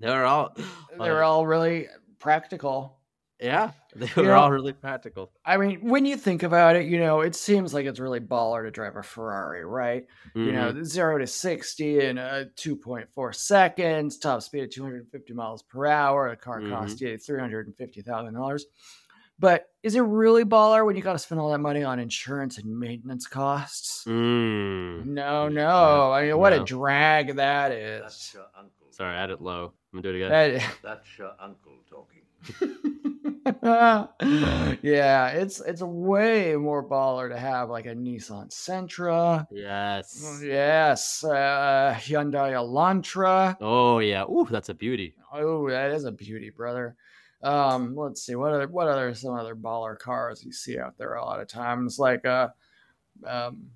Speaker 1: they were all like,
Speaker 2: they're all really practical.
Speaker 1: Yeah, they
Speaker 2: You
Speaker 1: were
Speaker 2: know-
Speaker 1: all really practical.
Speaker 2: I mean, when you think about it, you know, it seems like it's really baller to drive a Ferrari, right? you know,
Speaker 1: Mhm.
Speaker 2: the zero to 60 in uh, 2.4 seconds, top speed of 250 miles per hour. The car
Speaker 1: Mhm.
Speaker 2: cost you $350,000. But is it really baller when you got to spend all that money on insurance and maintenance costs?
Speaker 1: Mm.
Speaker 2: No,
Speaker 1: Mm,
Speaker 2: no. I mean, what a
Speaker 1: no.
Speaker 2: drag that is.
Speaker 6: your uncle.
Speaker 1: Sorry, I had it low. I'm gonna do it again.
Speaker 2: That,
Speaker 6: That's your uncle talking.
Speaker 2: yeah, it's it's way more baller to have like a Nissan Sentra. Oh,
Speaker 1: yes.
Speaker 2: Yes, uh, Hyundai Elantra.
Speaker 1: Oh yeah. Ooh, that's a beauty.
Speaker 2: Oh, that is a beauty, brother. Um, let's see what other what other some other baller cars you see out there a lot of times. Like uh, um,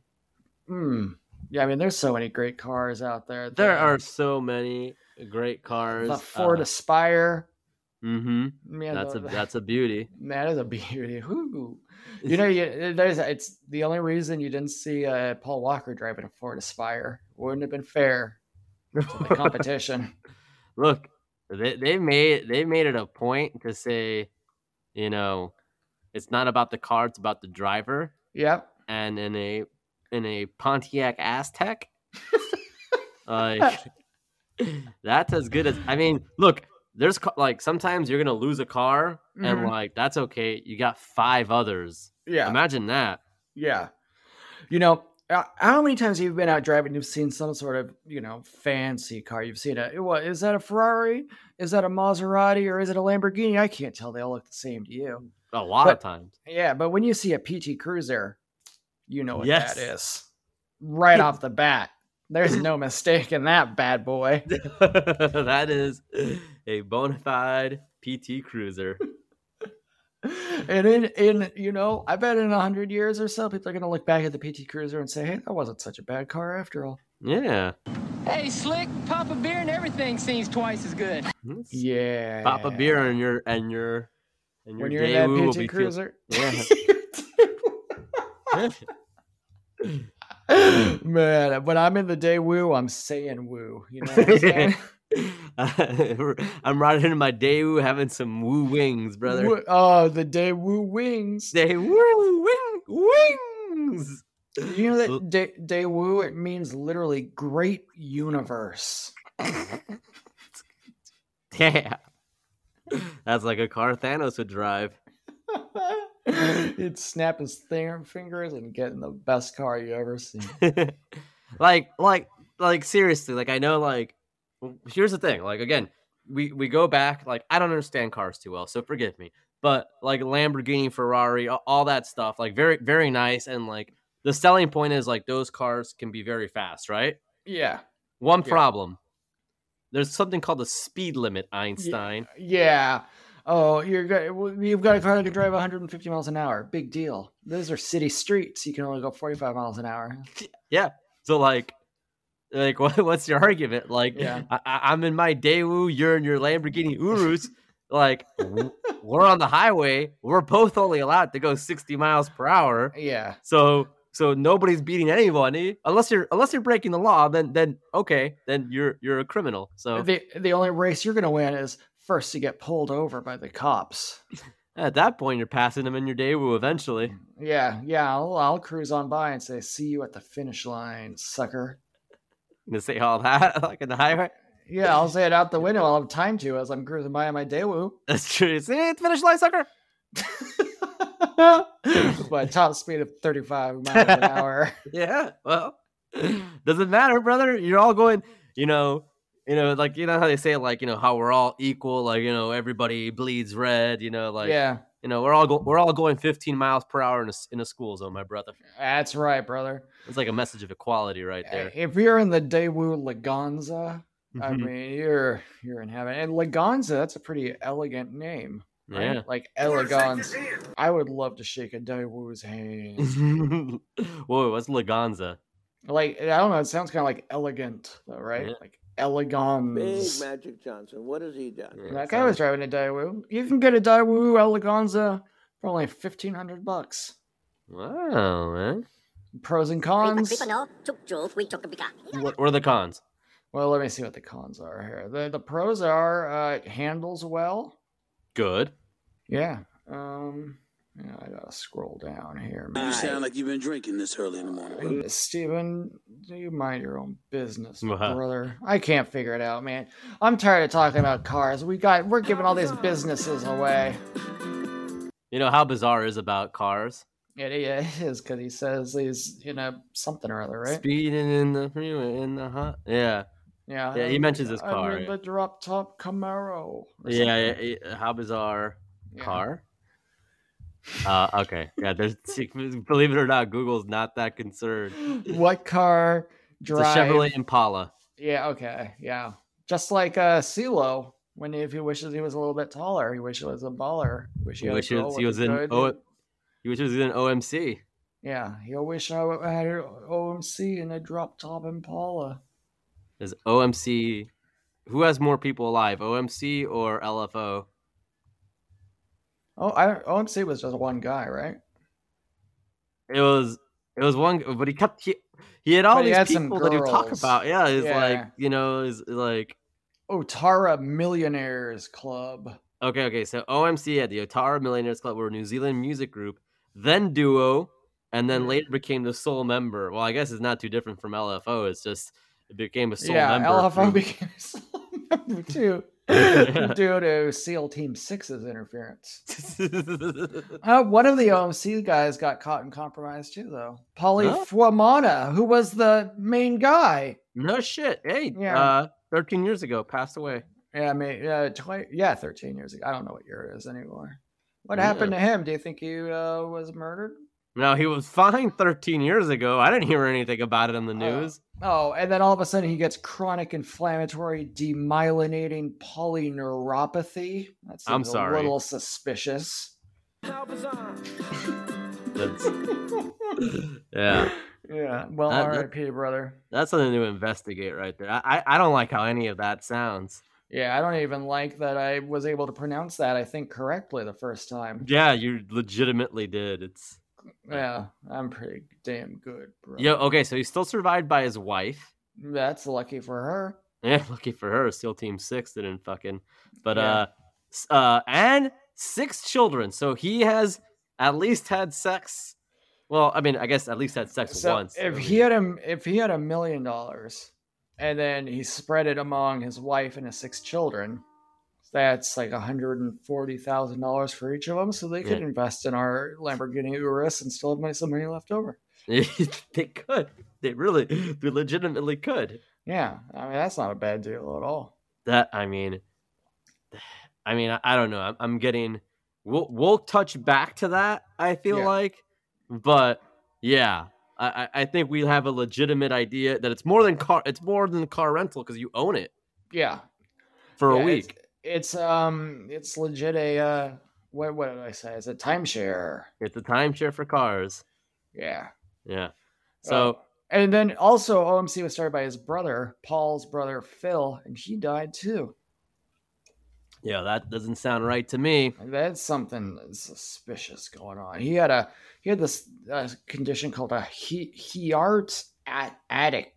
Speaker 2: hmm. yeah, I mean, there's so many great cars out there.
Speaker 1: There
Speaker 2: The-
Speaker 1: are so many great cars.
Speaker 2: the Ford Aspire.
Speaker 1: hmm
Speaker 2: Man,
Speaker 1: That's a
Speaker 2: the-
Speaker 1: that's a beauty.
Speaker 2: that is a beauty. Whoo. You know, you, there's it's the only reason you didn't see uh, Paul Walker driving a Ford Aspire wouldn't have been fair to the competition.
Speaker 1: Look, they they made they made it a point to say, you know, it's not about the car, it's about the driver.
Speaker 2: yep.
Speaker 1: And in a in a Pontiac Aztec, like that's as good as I mean, look, there's ca- like sometimes you're gonna lose a car
Speaker 2: Mhm.
Speaker 1: and like that's okay. You got five others.
Speaker 2: Yeah.
Speaker 1: Imagine that.
Speaker 2: Yeah. You know, uh, how many times you've been out driving, you've seen some sort of, you know, fancy car. You've seen a what is that a Ferrari? Is that a Maserati or is it a Lamborghini? I can't tell. They all look the same to you.
Speaker 1: A lot
Speaker 2: But-
Speaker 1: of times.
Speaker 2: Yeah, but when you see a PT Cruiser, you know what
Speaker 1: Yes.
Speaker 2: that is. Right off the bat. There's no mistake in that bad boy.
Speaker 1: that is a bona fide PT Cruiser.
Speaker 2: And in, in you know, I bet in hundred years or so, people are gonna look back at the PT Cruiser and say, "Hey, that wasn't such a bad car after all."
Speaker 1: Yeah.
Speaker 7: Hey, Slick, pop a beer and everything seems twice as good.
Speaker 1: Let's
Speaker 2: Yeah,
Speaker 1: Pop a beer and your and your and your
Speaker 2: when you're
Speaker 1: day
Speaker 2: in
Speaker 1: will
Speaker 2: that
Speaker 1: be
Speaker 2: PT
Speaker 1: feel-
Speaker 2: Cruiser.
Speaker 1: Yeah.
Speaker 2: Man, when I'm in the day woo, I'm saying woo. You know what I'm saying?
Speaker 1: I'm riding in my day woo, having some woo wings, brother.
Speaker 2: Woo- oh, the day woo wings.
Speaker 1: Day woo wing, wings.
Speaker 2: You know
Speaker 1: L-
Speaker 2: that day, day woo, it means literally great universe.
Speaker 1: Yeah. That's like a car Thanos would drive.
Speaker 2: He'd snap his thing, fingers and get in the best car you ever seen.
Speaker 1: like like like seriously like i know like w- here's the thing like again we we go back like i don't understand cars too well so forgive me but like lamborghini ferrari a- all that stuff like very very nice and like the selling point is like those cars can be very fast right
Speaker 2: Yeah.
Speaker 1: one
Speaker 2: Yeah.
Speaker 1: problem there's something called the speed limit einstein
Speaker 2: Yeah. Oh, you're go- well, you've got a car that can drive 150 miles an hour. Big deal. Those are city streets. You can only go 45 miles an hour.
Speaker 1: so like like what, what's your argument like
Speaker 2: Yeah.
Speaker 1: I, I, i'm in my daewoo you're in your lamborghini urus like w- we're on the highway we're both only allowed to go 60 miles per hour
Speaker 2: Yeah.
Speaker 1: so so nobody's beating anybody unless you're unless you're breaking the law then then okay then you're you're a criminal so
Speaker 2: The the only race you're gonna win is first to get pulled over by the cops.
Speaker 1: at that point you're passing them in your daewoo eventually
Speaker 2: Yeah, yeah, I'll, I'll cruise on by and say, "See you at the finish line, sucker."
Speaker 1: to say all that like in the highway
Speaker 2: Yeah, I'll say it out the window. I'll have time to as I'm cruising by on my Daewoo.
Speaker 1: that's true see it's finish line sucker
Speaker 2: by top speed of 35 miles an hour.
Speaker 1: Yeah, well, doesn't matter, brother. You're all going, you know, you know, like you know how they say, like you know how we're all equal, like you know everybody bleeds red, you know, like
Speaker 2: yeah,
Speaker 1: you know we're all go- we're all going 15 miles per hour in a s- in a school zone, my brother.
Speaker 2: that's right, brother.
Speaker 1: It's like a message of equality right there.
Speaker 2: If you're in the Daewoo Laganza, I
Speaker 1: Mhm.
Speaker 2: mean, you're you're in heaven. And Laganza, that's a pretty elegant name. Right?
Speaker 1: yeah.
Speaker 2: Like elegance. I would love to shake a Daewoo's hand.
Speaker 1: Whoa, what's Laganza?
Speaker 2: like I don't know. It sounds kind of like elegant, though, right?
Speaker 1: Yeah.
Speaker 2: Like elegance.
Speaker 8: Big Magic Johnson. What has he done?
Speaker 1: Yeah,
Speaker 2: that guy
Speaker 1: sounds-
Speaker 2: was driving a Daewoo. You can get a Daewoo Eleganza for only fifteen hundred bucks.
Speaker 1: Wow, man.
Speaker 2: Pros and cons.
Speaker 1: What what are the cons?
Speaker 2: Well, let me see what the cons are here. The the pros are uh, it handles well.
Speaker 1: Good.
Speaker 2: Yeah. Um. Yeah, I gotta scroll down here.
Speaker 4: You
Speaker 2: man.
Speaker 4: sound like you've been drinking this early in the morning.
Speaker 2: Steven, do you mind your own business,
Speaker 1: Wow.
Speaker 2: brother? I can't figure it out, man. I'm tired of talking about cars. We got we're giving all these businesses away.
Speaker 1: You know how bizarre is about cars
Speaker 2: It it is because he says he's in a something or other, right?
Speaker 1: speeding in the freeway in the hot. Yeah,
Speaker 2: yeah.
Speaker 1: yeah. He
Speaker 2: I'm-
Speaker 1: mentions his
Speaker 2: I'm
Speaker 1: car.
Speaker 2: in
Speaker 1: yeah.
Speaker 2: the drop top Camaro. or
Speaker 1: Yeah,
Speaker 2: something.
Speaker 1: yeah, yeah, how bizarre
Speaker 2: Yeah.
Speaker 1: car. Uh, okay, yeah. There's believe it or not, Google's not that concerned.
Speaker 2: What car
Speaker 1: It's
Speaker 2: drive?
Speaker 1: a Chevrolet Impala.
Speaker 2: Yeah. Okay. Yeah. Just like uh, CeeLo, when if he wishes he was a little bit taller, he wishes he was a baller. Wish he,
Speaker 1: He
Speaker 2: had a
Speaker 1: wishes
Speaker 2: girl
Speaker 1: he
Speaker 2: with
Speaker 1: was
Speaker 2: a
Speaker 1: in
Speaker 2: good-
Speaker 1: o- he wishes he was in OMC.
Speaker 2: Yeah, he'll wish I w- had an OMC and a drop top Impala.
Speaker 1: Is OMC who has more people alive, OMC or LFO?
Speaker 2: Oh, I, OMC was just one guy, right?
Speaker 1: It was it was one, but he kept he he had all
Speaker 2: But he
Speaker 1: these
Speaker 2: had some
Speaker 1: people that he would talk
Speaker 2: girls.
Speaker 1: about. Yeah, it's like
Speaker 2: Yeah.
Speaker 1: you know, is like
Speaker 2: Otara Oh, Millionaires Club.
Speaker 1: Okay, okay. So OMC at the Otara Millionaires Club were a New Zealand music group, then duo, and
Speaker 2: Mm.
Speaker 1: then later became the sole member. Well, I guess it's not too different from LFO. It's just it became a sole
Speaker 2: yeah,
Speaker 1: member.
Speaker 2: LFO
Speaker 1: through-
Speaker 2: became a sole member too, due to SEAL Team 6's interference. Uh, one of the OMC guys got caught in compromise too, though. Polly
Speaker 1: Huh?
Speaker 2: Fuamana, who was the main guy.
Speaker 1: no shit. Hey,
Speaker 2: Yeah.
Speaker 1: uh, 13 years ago, passed away.
Speaker 2: Yeah, I mean, uh, 20, yeah, 13 years ago. I don't know what year it is anymore. What
Speaker 1: Yeah.
Speaker 2: happened to him? Do you think he uh, was murdered?
Speaker 1: Now he was fined 13 years ago. I didn't hear anything about it in
Speaker 2: Uh.
Speaker 1: the news.
Speaker 2: Oh, and then all of a sudden he gets chronic inflammatory demyelinating polyneuropathy. That seems
Speaker 1: I'm
Speaker 2: a
Speaker 1: sorry.
Speaker 2: little suspicious.
Speaker 1: That's- yeah,
Speaker 2: Yeah. Well,
Speaker 1: That- that-
Speaker 2: R.I.P. brother.
Speaker 1: that's something to investigate right there. I, I I don't like how any of that sounds.
Speaker 2: Yeah, I don't even like that I was able to pronounce that, I think, correctly the first time.
Speaker 1: Yeah, you legitimately did. It's
Speaker 2: Yeah, I'm pretty damn good, bro.
Speaker 1: yo okay. So he's still survived by his wife.
Speaker 2: That's lucky for her.
Speaker 1: Yeah, lucky for her, SEAL Team Six didn't fucking. But
Speaker 2: Yeah.
Speaker 1: uh, s- uh, and six children. So he has at least had sex. Well, I mean, I guess at least had sex
Speaker 2: So
Speaker 1: once.
Speaker 2: if
Speaker 1: at
Speaker 2: he
Speaker 1: least.
Speaker 2: had a if he had a million dollars, and then he spread it among his wife and his six children, that's like hundred and forty thousand dollars for each of them. So they could
Speaker 1: Yeah.
Speaker 2: invest in our Lamborghini Urus and still have money, some money left over.
Speaker 1: they could, they really, they legitimately could.
Speaker 2: Yeah, I mean that's not a bad deal at all.
Speaker 1: That I mean, I mean, I, I don't know. I'm, I'm getting. We'll we'll touch back to that. I feel
Speaker 2: Yeah.
Speaker 1: like, but yeah, I I I think we have a legitimate idea that it's more than car. It's more than car rental because you own it
Speaker 2: Yeah,
Speaker 1: for
Speaker 2: Yeah,
Speaker 1: a
Speaker 2: it's-
Speaker 1: week.
Speaker 2: It's, um, it's legit a uh, what what did I say? It's a timeshare.
Speaker 1: It's a timeshare for cars.
Speaker 2: Yeah.
Speaker 1: Yeah. So
Speaker 2: Oh. and then also OMC was started by his brother, Paul's brother Phil, and he died too.
Speaker 1: yeah, that doesn't sound right to me.
Speaker 2: That's something suspicious going on. He had a he had this uh, condition called a he he art at attic.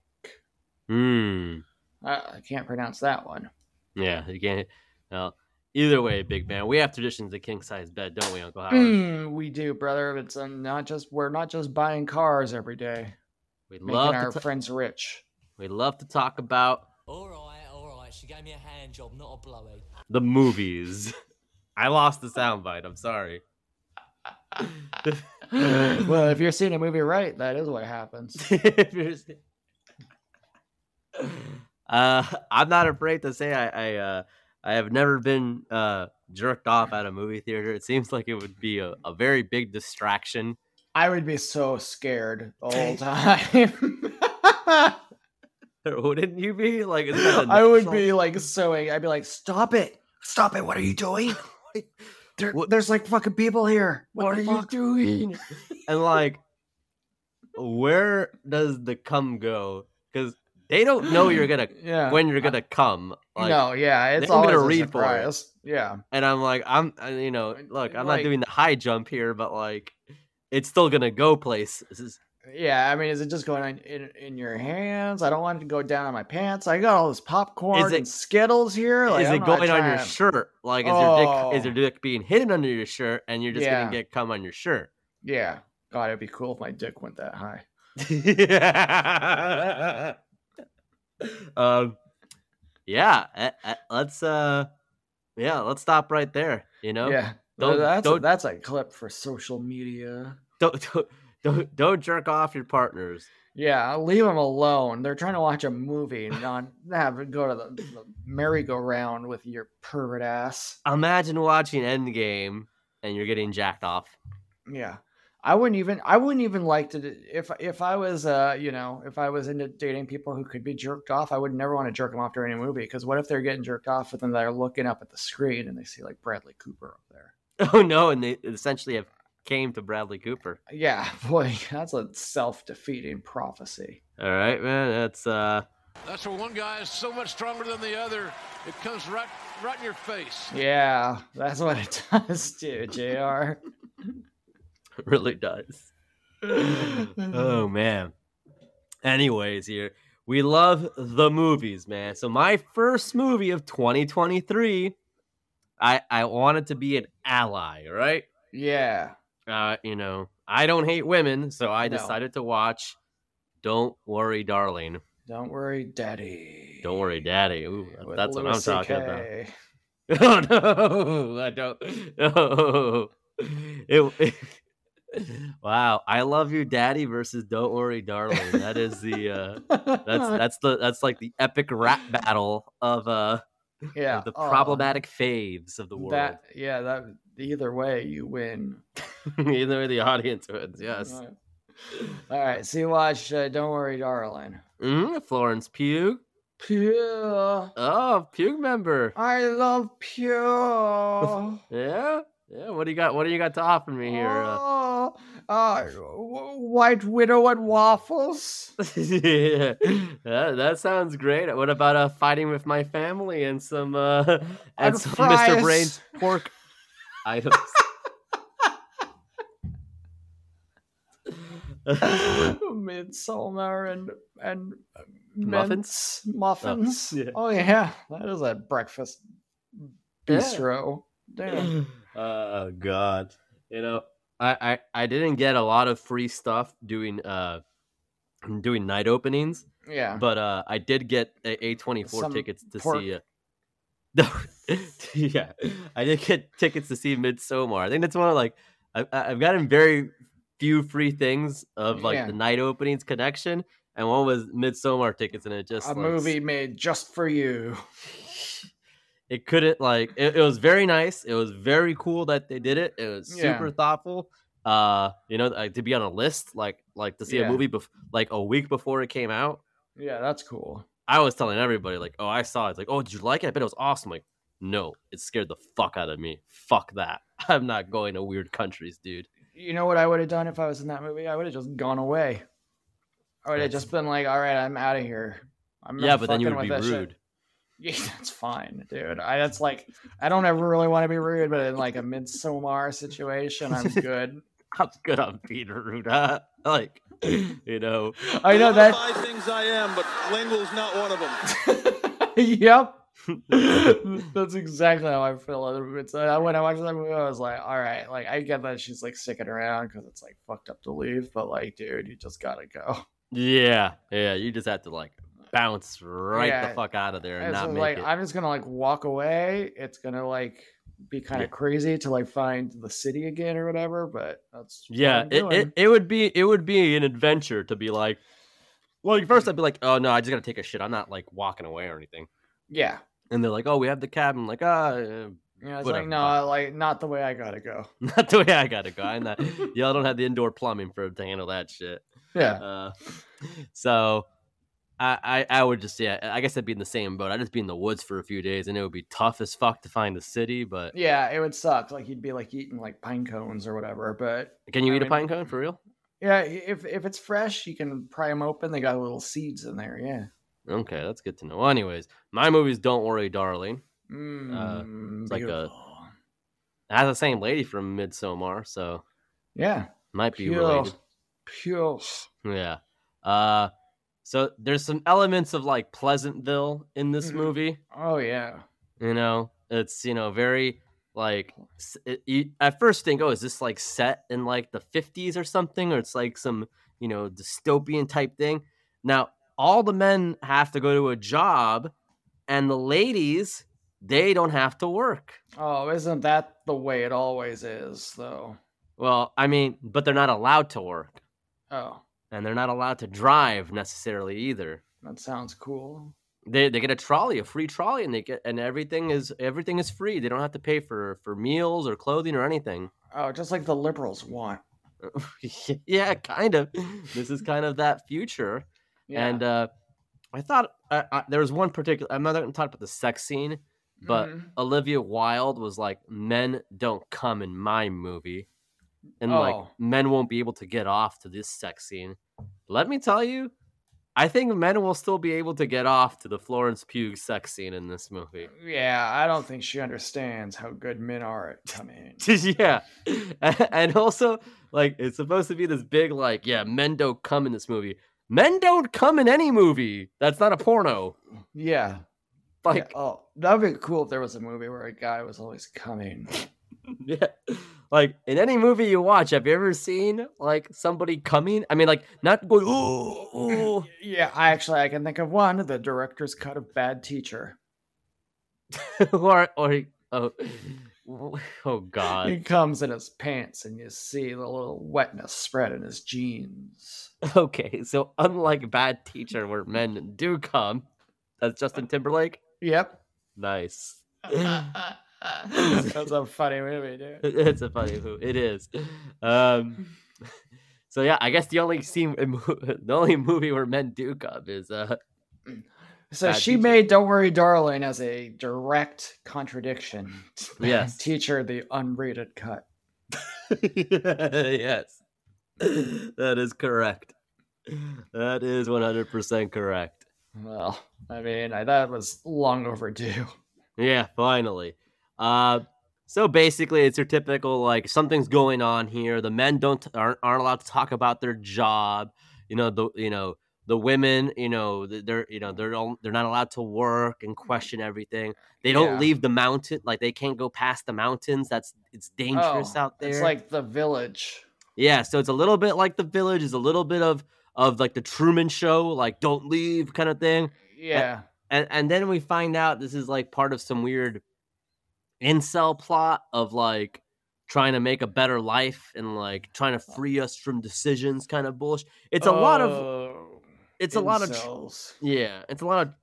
Speaker 1: Hmm.
Speaker 2: Uh, I can't pronounce that one.
Speaker 1: Yeah. You can't. Well, either way, big man, we have traditions of king size bed, don't we, Uncle Howard?
Speaker 2: Mm, we do, brother. It's uh, not just we're not just buying cars every day,
Speaker 1: We
Speaker 2: making
Speaker 1: love
Speaker 2: our
Speaker 1: to ta-
Speaker 2: friends rich.
Speaker 1: we love to talk about
Speaker 9: All right, all right. She gave me a hand job, not a blowy.
Speaker 1: the movies. I lost the soundbite. I'm sorry.
Speaker 2: well, if you're seeing a movie right, that is what happens.
Speaker 1: If you're se- uh, I'm not afraid to say I I, uh, I have never been uh, jerked off at a movie theater. It seems like it would be a, a very big distraction.
Speaker 2: I would be so scared the whole time.
Speaker 1: Wouldn't you be like? is that a
Speaker 2: I would
Speaker 1: natural-
Speaker 2: be like so ang- I'd be like, stop it. Stop it. What are you doing? There,
Speaker 1: What-
Speaker 2: There's like fucking people here. What,
Speaker 1: What
Speaker 2: the
Speaker 1: are
Speaker 2: fuck?
Speaker 1: you doing? and like, where does the cum go? Because they don't know you're gonna
Speaker 2: Yeah. Uh,
Speaker 1: when you're gonna come. Like,
Speaker 2: no, yeah, it's
Speaker 1: don't
Speaker 2: always
Speaker 1: get a
Speaker 2: a
Speaker 1: read for it.
Speaker 2: surprise. Yeah.
Speaker 1: And I'm like, I'm, I- you know,
Speaker 2: And-
Speaker 1: look,
Speaker 2: and,
Speaker 1: I'm
Speaker 2: like-
Speaker 1: not doing the high jump here, but like, it's still gonna go place. This is-
Speaker 2: Yeah, I mean, is it just going on in, in your hands? I don't want it to go down on my pants. I got all this popcorn
Speaker 1: Is
Speaker 2: and
Speaker 1: it-
Speaker 2: Skittles here. Like,
Speaker 1: is
Speaker 2: I'm
Speaker 1: it
Speaker 2: not
Speaker 1: going on your
Speaker 2: trying-
Speaker 1: shirt? Like, is your dick is
Speaker 2: Oh.
Speaker 1: your dick being hidden under your shirt, and you're just
Speaker 2: Yeah.
Speaker 1: gonna get cum on your shirt?
Speaker 2: Yeah. God, it'd be cool if my dick went that high.
Speaker 1: um, yeah, eh, eh, let's uh, yeah, let's stop right there. You know,
Speaker 2: Yeah.
Speaker 1: Don't-
Speaker 2: that's,
Speaker 1: don't-
Speaker 2: A, that's a clip for social media.
Speaker 1: don't, don't don't don't jerk off your partners.
Speaker 2: Yeah, leave them alone. They're trying to watch a movie, not have it go to the, the merry-go-round with your pervert ass.
Speaker 1: Imagine watching Endgame and you're getting jacked off.
Speaker 2: Yeah, I wouldn't even. I wouldn't even like to. d- If if I was, uh, you know, if I was into dating people who could be jerked off, I would never want to jerk them off during a movie. Because what if they're getting jerked off and then they're looking up at the screen and they see like Bradley Cooper up there?
Speaker 1: Oh no! And they essentially have came to Bradley Cooper.
Speaker 2: Yeah, boy, that's a self-defeating prophecy.
Speaker 1: All right, man. That's uh,
Speaker 6: That's where one guy is so much stronger than the other, it comes right, right in your face.
Speaker 2: Yeah, that's what it does, dude. Jr.
Speaker 1: really does. oh man. Anyways, here we love the movies, man. So my first movie of 2023, I I wanted to be an ally, right?
Speaker 2: Yeah.
Speaker 1: Uh, you know, I don't hate women, so I
Speaker 2: No.
Speaker 1: decided to watch. Don't worry, darling.
Speaker 2: Don't worry, Daddy.
Speaker 1: Don't worry, daddy. Ooh,
Speaker 2: with
Speaker 1: that's what I'm
Speaker 2: Louis
Speaker 1: talking about.
Speaker 2: CK.
Speaker 1: Oh no, I don't. No. It, wow, I love you, Daddy versus Don't Worry, Darling. That is the uh, that's that's the that's like the epic rap battle of uh
Speaker 2: yeah
Speaker 1: of the
Speaker 2: oh,
Speaker 1: problematic faves of the world.
Speaker 2: That yeah, that either way you win.
Speaker 1: Either way, the audience wins. Yes.
Speaker 2: All right. All right, so you watched uh, Don't Worry, Darling.
Speaker 1: Mm, Florence Pugh.
Speaker 2: Pure.
Speaker 1: Oh, Pugh member.
Speaker 2: I love pure.
Speaker 1: Yeah. Yeah. What do you got? What do you got to offer me here? Uh,
Speaker 2: Oh, uh, w- White Widow and waffles.
Speaker 1: yeah. That, that sounds great. What about uh, fighting with my family and some uh, and
Speaker 2: And
Speaker 1: some Mr.
Speaker 2: fries.
Speaker 1: Brain's pork items?
Speaker 2: Midsummer and and
Speaker 1: Muffins?
Speaker 2: mince muffins.
Speaker 1: yeah.
Speaker 2: Oh yeah, that is a breakfast
Speaker 1: Yeah.
Speaker 2: bistro. Damn.
Speaker 1: oh god you know I, I i didn't get a lot of free stuff doing uh doing night openings
Speaker 2: Yeah.
Speaker 1: but uh i did get a a24
Speaker 2: Some
Speaker 1: tickets to
Speaker 2: pork.
Speaker 1: see uh, yeah i did get tickets to see midsummer i think that's one of like I, I- i've gotten very few free things of like
Speaker 2: Yeah.
Speaker 1: the night openings connection and one was midsummer tickets and it just
Speaker 2: a
Speaker 1: like,
Speaker 2: movie made just for you.
Speaker 1: it couldn't like it, it was very nice it was very cool that they did it it was
Speaker 2: Yeah.
Speaker 1: super thoughtful uh you know like, to be on a list like like to see a
Speaker 2: Yeah.
Speaker 1: movie bef- like a week before it came out
Speaker 2: Yeah, that's cool.
Speaker 1: i was telling everybody like oh i saw it It's like oh did you like it i bet it was awesome like no it scared the fuck out of me fuck that i'm not going to weird countries dude
Speaker 2: You know what I would have done if I was in that movie? I would have just gone away. I would
Speaker 1: That's-
Speaker 2: have just been like, "All right, I'm out of here." I'm not
Speaker 1: yeah but then you would
Speaker 2: fucking
Speaker 1: be
Speaker 2: with this shit."
Speaker 1: rude
Speaker 2: Yeah, that's fine, dude. I that's like I don't ever really want to be rude, but in like a midsummer situation, I'm good.
Speaker 1: i'm good on being rude huh? like you know
Speaker 2: I know that.
Speaker 10: things I am, but lingual's not one of them.
Speaker 2: yep. That's exactly how I feel. other bits. And I- When I watched that movie, I was like, all right, like I get that she's like sticking around because it's like fucked up to leave, but like, dude, you just gotta go.
Speaker 1: yeah yeah you just have to like bounce right the
Speaker 2: Yeah.
Speaker 1: fuck out of there and
Speaker 2: And
Speaker 1: not
Speaker 2: so,
Speaker 1: make
Speaker 2: like,
Speaker 1: it
Speaker 2: I'm just gonna like walk away. It's gonna like be kind
Speaker 1: Yeah.
Speaker 2: of crazy to like find the city again or whatever, but that's what
Speaker 1: Yeah,
Speaker 2: I'm
Speaker 1: it, it,
Speaker 2: doing.
Speaker 1: it would be it would be an adventure to be like like first I'd be like, oh no, I just gotta take a shit. I'm not like walking away or anything.
Speaker 2: yeah.
Speaker 1: And they're like, oh, we have the cabin. Like, ah, uh,
Speaker 2: You know, it's
Speaker 1: Whatever,
Speaker 2: like no,
Speaker 1: fuck.
Speaker 2: I- like not the way I gotta go.
Speaker 1: not the way I gotta go. I'm not. Y'all don't have the indoor plumbing for to handle that shit.
Speaker 2: Yeah,
Speaker 1: Uh, so I, I I would just yeah, I guess I'd be in the same boat. I'd just be in the woods for a few days, and it would be tough as fuck to find a city. But
Speaker 2: yeah, it would suck. Like you'd be like eating like pine cones or whatever, but
Speaker 1: can you
Speaker 2: I
Speaker 1: eat a
Speaker 2: mean-
Speaker 1: pine cone for real?
Speaker 2: Yeah, i- if if it's fresh, you can pry them open. They got little seeds in there. Yeah. mm-hmm.
Speaker 1: Okay, that's good to know. anyways, my movies don't worry, darling.
Speaker 2: Mm,
Speaker 1: Uh, it's like a-
Speaker 2: beautiful.
Speaker 1: It has the same lady from Midsummer, so
Speaker 2: yeah,
Speaker 1: might be
Speaker 2: pure,
Speaker 1: related.
Speaker 2: pure.
Speaker 1: Yeah. Uh so there's some elements of like Pleasantville in this
Speaker 2: Mhm.
Speaker 1: movie,
Speaker 2: Oh yeah,
Speaker 1: you know. It's, you know, very like s- it, you, at first think, "Oh, is this like set in like the 50s or something or it's like some, you know, dystopian type thing?" Now, all the men have to go to a job and the ladies they don't have to work.
Speaker 2: oh, isn't that the way it always is, though?
Speaker 1: Well, I mean, but they're not allowed to work
Speaker 2: Oh,
Speaker 1: and they're not allowed to drive necessarily either.
Speaker 2: that sounds cool.
Speaker 1: they they get a trolley, a free trolley, and they get and everything is everything is free. They don't have to pay for for meals or clothing or anything.
Speaker 2: Oh, just like the liberals want.
Speaker 1: yeah, kind of. This is kind of that future.
Speaker 2: Yeah.
Speaker 1: And uh, I thought uh, I, there was one particular. I'm not going to talk about the sex scene, uh, but
Speaker 2: Mhm.
Speaker 1: Olivia Wilde was like, "Men don't come in my movie," and like,
Speaker 2: Oh.
Speaker 1: men won't be able to get off to this sex scene. Let me tell you. I think men will still be able to get off to the Florence Pugh sex scene in this movie.
Speaker 2: yeah, I don't think she understands how good men are at coming.
Speaker 1: yeah A- and also like it's supposed to be this big like yeah men don't come in this movie men don't come in any movie that's not a porno
Speaker 2: Yeah. yeah,
Speaker 1: like
Speaker 2: oh, that'd be cool if there was a movie where a guy was always coming.
Speaker 1: yeah. like in any movie you watch have you ever seen like somebody coming i mean like not going oh, oh.
Speaker 2: Yeah, I actually I can think of one. The director's cut of Bad Teacher.
Speaker 1: or or oh w- oh god
Speaker 2: he comes in his pants, and you see the little wetness spread in his jeans.
Speaker 1: okay so unlike bad teacher where men do come that's justin timberlake
Speaker 2: Yep.
Speaker 1: nice
Speaker 2: That's a funny movie, dude.
Speaker 1: it's a funny move. It is. Um, so yeah, I guess the only scene, the only movie where men do come is uh,
Speaker 2: So
Speaker 1: Bad
Speaker 2: she
Speaker 1: teacher.
Speaker 2: made "Don't Worry, Darling" as a direct contradiction. to Bad
Speaker 1: Yes.
Speaker 2: teacher, the unrated cut.
Speaker 1: yes, that is correct. That is one hundred percent correct.
Speaker 2: Well, I mean, I, that was long overdue.
Speaker 1: Yeah, finally. Uh, so basically, it's your typical like something's going on here. The men don't aren't, aren't allowed to talk about their job. You know the you know the women. You know th- they're you know they're all, they're not allowed to work and question everything. They don't
Speaker 2: Yeah.
Speaker 1: leave the mountain. Like they can't go past the mountains. That's it's dangerous
Speaker 2: Oh,
Speaker 1: out there.
Speaker 2: It's like the village.
Speaker 1: Yeah, so it's a little bit like the village, is a little bit of of like the Truman show, like don't leave kind of thing.
Speaker 2: Yeah.
Speaker 1: And and then we find out this is like part of some weird incel plot of like trying to make a better life and like trying to free us from decisions kind of bullshit. It's a lot of
Speaker 2: Oh,
Speaker 1: it's a lot of tr-
Speaker 2: incels.
Speaker 1: yeah, it's a lot of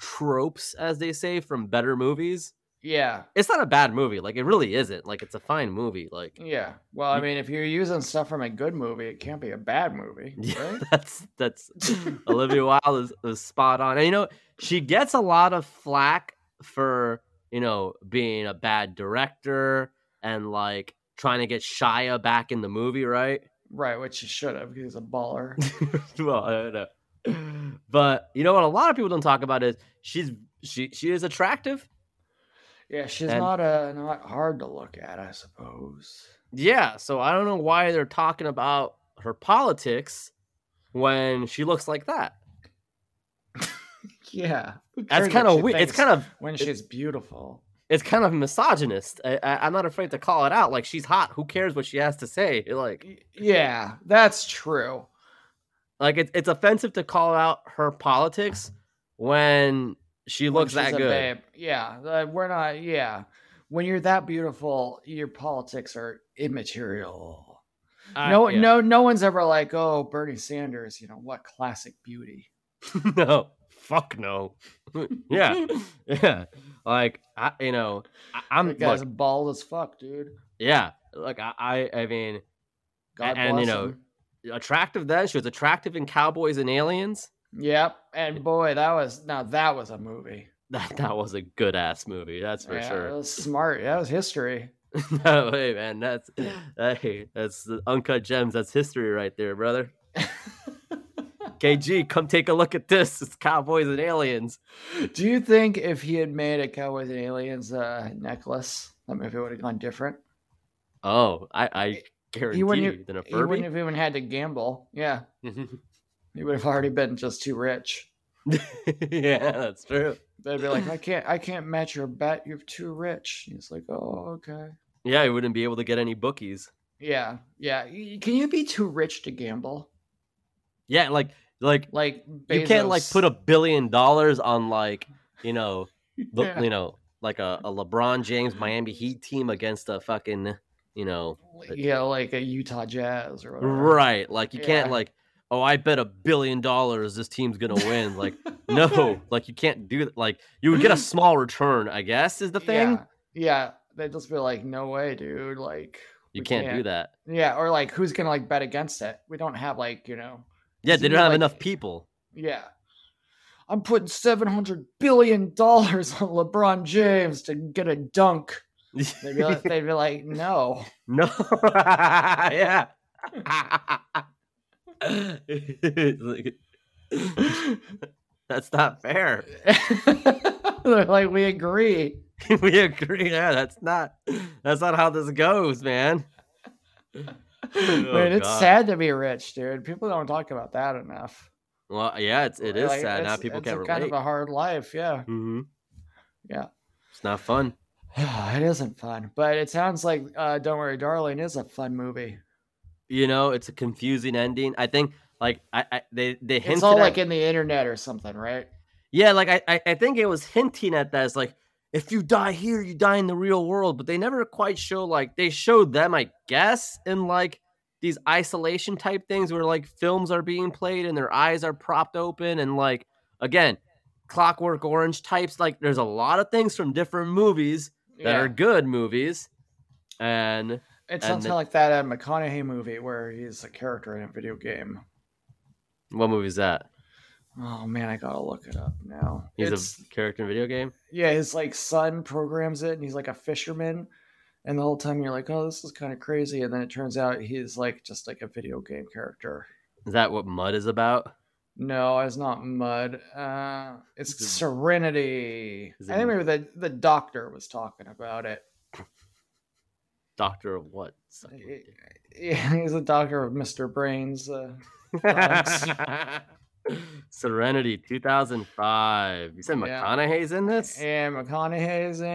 Speaker 1: tropes as they say from better movies.
Speaker 2: Yeah.
Speaker 1: It's not a bad movie, like it really isn't. Like it's a fine movie, like
Speaker 2: Yeah. Well, I mean, if you're using stuff from a good movie, it can't be a bad movie,
Speaker 1: Yeah,
Speaker 2: right?
Speaker 1: that's that's Olivia Wilde is, is spot on. And you know, she gets a lot of flack for you know being a bad director and like trying to get Shia back in the movie, right?
Speaker 2: right, which you should have because he's a baller.
Speaker 1: well, I don't know. But you know what? A lot of people don't talk about is she's she she is attractive.
Speaker 2: Yeah, she's
Speaker 1: And-
Speaker 2: not uh not hard to look at, I suppose.
Speaker 1: Yeah, so I don't know why they're talking about her politics when she looks like that.
Speaker 2: Yeah, who
Speaker 1: That's
Speaker 2: cares what
Speaker 1: kind of
Speaker 2: she
Speaker 1: weird. It's
Speaker 2: thinks
Speaker 1: kind of
Speaker 2: when she's beautiful.
Speaker 1: it's kind of misogynist. I, I, I'm not afraid to call it out. Like she's hot. Who cares what she has to say? Like,
Speaker 2: Y- Yeah, that's true.
Speaker 1: like it's it's offensive to call out her politics when she
Speaker 2: When
Speaker 1: looks
Speaker 2: she's
Speaker 1: that
Speaker 2: a
Speaker 1: good.
Speaker 2: babe. Yeah, uh, we're not. Yeah, when you're that beautiful, your politics are immaterial.
Speaker 1: I-
Speaker 2: no,
Speaker 1: Uh, yeah.
Speaker 2: no, no one's ever like, oh, Bernie Sanders. You know what? Classic beauty.
Speaker 1: no, fuck no. yeah, yeah. Like I, you know, I, I'm
Speaker 2: That guy's
Speaker 1: Um, look,
Speaker 2: bald as fuck, dude.
Speaker 1: yeah. Like I, I, I mean,
Speaker 2: God
Speaker 1: and,
Speaker 2: bless
Speaker 1: you know,
Speaker 2: him.
Speaker 1: attractive then. She was attractive in Cowboys and Aliens.
Speaker 2: Yep, and boy, that was now that was a movie.
Speaker 1: That that was a good ass movie. That's for
Speaker 2: Yeah,
Speaker 1: sure.
Speaker 2: that was smart. That was history.
Speaker 1: no way, man. That's hey, that's the uncut gems. That's history right there, brother. KG, come take a look at this. It's cowboys and aliens.
Speaker 2: Do you think if he had made a Cowboys and Aliens uh, necklace, that movie would have gone different?
Speaker 1: Oh, I, I guarantee
Speaker 2: He Eh, wouldn't,
Speaker 1: you, than a
Speaker 2: have, he wouldn't
Speaker 1: Furby.
Speaker 2: have even had to gamble. Yeah, he would have already been just too rich.
Speaker 1: yeah, that's true.
Speaker 2: They'd be like, I can't, I can't match your bet. You're too rich. He's like, oh, okay.
Speaker 1: Yeah, he wouldn't be able to get any bookies.
Speaker 2: Yeah, yeah. y- Can you be too rich to gamble?
Speaker 1: Yeah, like like
Speaker 2: Like
Speaker 1: you can't like
Speaker 2: Bezos-
Speaker 1: put a billion dollars on like you know the,
Speaker 2: Yeah.
Speaker 1: you know like a, a LeBron James Miami Heat team against a fucking you know
Speaker 2: yeah, like a Utah Jazz or whatever.
Speaker 1: Right. Like you can't
Speaker 2: Yeah.
Speaker 1: like, oh, I bet a billion dollars this team's gonna win. Like, no, like you can't do that. Like you would get a small return, I guess, is the thing.
Speaker 2: Mm. Yeah, yeah. They'd just be like, no way, dude. Like,
Speaker 1: you
Speaker 2: we
Speaker 1: can't, do that.
Speaker 2: Yeah, or like, who's gonna like bet against it? We don't have like, you know.
Speaker 1: Yeah,
Speaker 2: Does
Speaker 1: they
Speaker 2: it
Speaker 1: don't
Speaker 2: mean,
Speaker 1: have
Speaker 2: like-
Speaker 1: enough people.
Speaker 2: Yeah. I'm putting $700 billion dollars on LeBron James to get a dunk. They'd be like, they'd be like no.
Speaker 1: no. yeah. It's like- that's not fair.
Speaker 2: They're like, we agree.
Speaker 1: we agree. Yeah, that's not that's not how this goes, man. Oh,
Speaker 2: but it's
Speaker 1: God.
Speaker 2: sad to be rich, dude. People don't talk about that enough.
Speaker 1: Well, yeah, it's it is
Speaker 2: Like,
Speaker 1: sad. Now
Speaker 2: it's-
Speaker 1: people
Speaker 2: it's
Speaker 1: can't
Speaker 2: a
Speaker 1: relate.
Speaker 2: kind of a hard life, yeah.
Speaker 1: Mm-hmm.
Speaker 2: Yeah.
Speaker 1: It's not fun.
Speaker 2: it isn't fun. But it sounds like uh, Don't Worry Darling is a fun movie.
Speaker 1: You know, it's a confusing ending. I think like I, I they they hinted
Speaker 2: It's all
Speaker 1: at,
Speaker 2: like in the internet or something, right?
Speaker 1: yeah, like I, I I think it was hinting at that. It's like if you die here, you die in the real world. But they never quite show like they showed them, I guess, in like these isolation type things where like films are being played and their eyes are propped open and like again, clockwork orange types. Like there's a lot of things from different movies that
Speaker 2: Yeah.
Speaker 1: are good movies, and
Speaker 2: It
Speaker 1: and
Speaker 2: sounds
Speaker 1: the-
Speaker 2: kind of like that Adam McConaughey movie where he's a character in a video game.
Speaker 1: what movie is that?
Speaker 2: Oh man, I gotta look it up now.
Speaker 1: He's
Speaker 2: it's
Speaker 1: a character in a video game.
Speaker 2: yeah, his like son programs it, and he's like a fisherman. And the whole time you're like, oh, this is kind of crazy, and then it turns out he's like just like a video game character.
Speaker 1: Is that what Mud is about?
Speaker 2: No, it's not mud. Uh, it's
Speaker 1: Is it-
Speaker 2: Serenity.
Speaker 1: Is
Speaker 2: I
Speaker 1: it
Speaker 2: think
Speaker 1: mud?
Speaker 2: maybe the the doctor was talking about it.
Speaker 1: Doctor of what? Sucking
Speaker 2: He-
Speaker 1: dick.
Speaker 2: Yeah, he's the doctor of Mister Brains. Uh,
Speaker 1: Serenity 2005. You said
Speaker 2: Yeah.
Speaker 1: McConaughey's in this?
Speaker 2: and McConaughey's in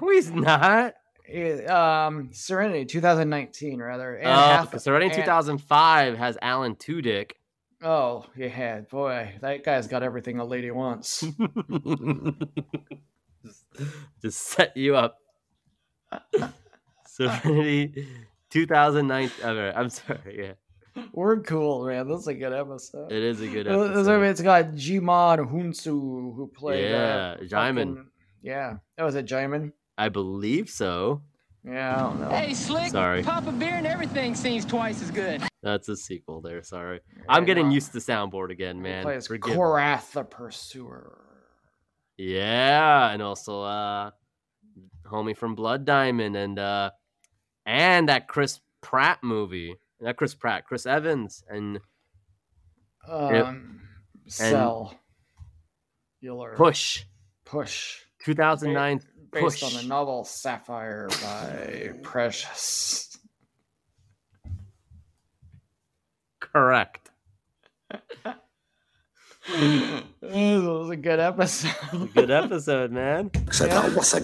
Speaker 1: No, he's not.
Speaker 2: It- um, Serenity 2019, rather. And
Speaker 1: Oh,
Speaker 2: half-
Speaker 1: because Serenity
Speaker 2: and-
Speaker 1: 2005 has Alan Tudyk.
Speaker 2: Oh, yeah, boy, that guy's got everything a lady wants.
Speaker 1: Just- Just set you up. Serenity 2009. all right, I'm sorry.
Speaker 2: We're cool, man. This is a good episode.
Speaker 1: Yeah, it is a good
Speaker 2: Uh, This movie,
Speaker 1: episode.
Speaker 2: it's got Jimon Hunsu who played.
Speaker 1: Yeah,
Speaker 2: uh,
Speaker 1: Jaimin.
Speaker 2: fucking- Yeah, that was a Jaimin.
Speaker 1: I believe so.
Speaker 2: Yeah, I don't know.
Speaker 7: Hey, Slick,
Speaker 1: Sorry.
Speaker 7: pop a beer and everything seems twice as good.
Speaker 1: That's a sequel there. Sorry.
Speaker 2: Yeah,
Speaker 1: I'm getting
Speaker 2: no.
Speaker 1: used to soundboard again, man.
Speaker 2: He plays
Speaker 1: Forgive me.
Speaker 2: Korath the Pursuer.
Speaker 1: Yeah, and also uh homie from Blood Diamond and uh and that Chris Pratt movie. Not Chris Pratt, Chris Evans and
Speaker 2: Um, Cell. Euler.
Speaker 1: Push.
Speaker 2: Push.
Speaker 1: 2009
Speaker 2: Based on
Speaker 1: Push.
Speaker 2: the novel Sapphire by Precious.
Speaker 1: correct.
Speaker 2: This was a good
Speaker 1: A
Speaker 2: episode.
Speaker 1: good episode, man.
Speaker 2: What's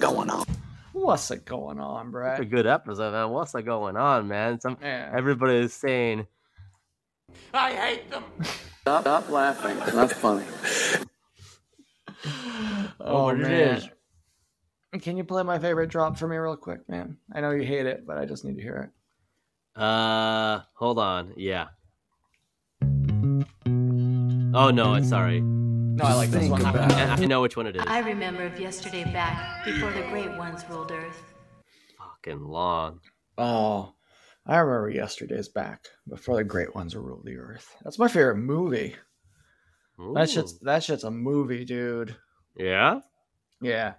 Speaker 2: it going on,
Speaker 1: A
Speaker 2: Brad?
Speaker 1: good episode, man. What's like going on, man? Some
Speaker 2: Yeah.
Speaker 1: everybody is saying
Speaker 4: Stop, stop laughing. Not funny.
Speaker 1: Oh, what it is.
Speaker 2: Can you play my favorite drop for me real quick, man? I know you hate it, but I just need to hear
Speaker 1: Uh, hold on. Yeah. Oh no, it's sorry.
Speaker 2: it. No, I like this one.
Speaker 1: I, I know which one it is.
Speaker 11: I remember of yesterday back before the great ones ruled earth.
Speaker 1: Fucking long.
Speaker 2: Oh, I remember yesterday's back before the great ones ruled the earth. That's my favorite movie. That shit's
Speaker 1: Ooh.
Speaker 2: that shit's a movie, dude.
Speaker 1: yeah.
Speaker 2: Yeah,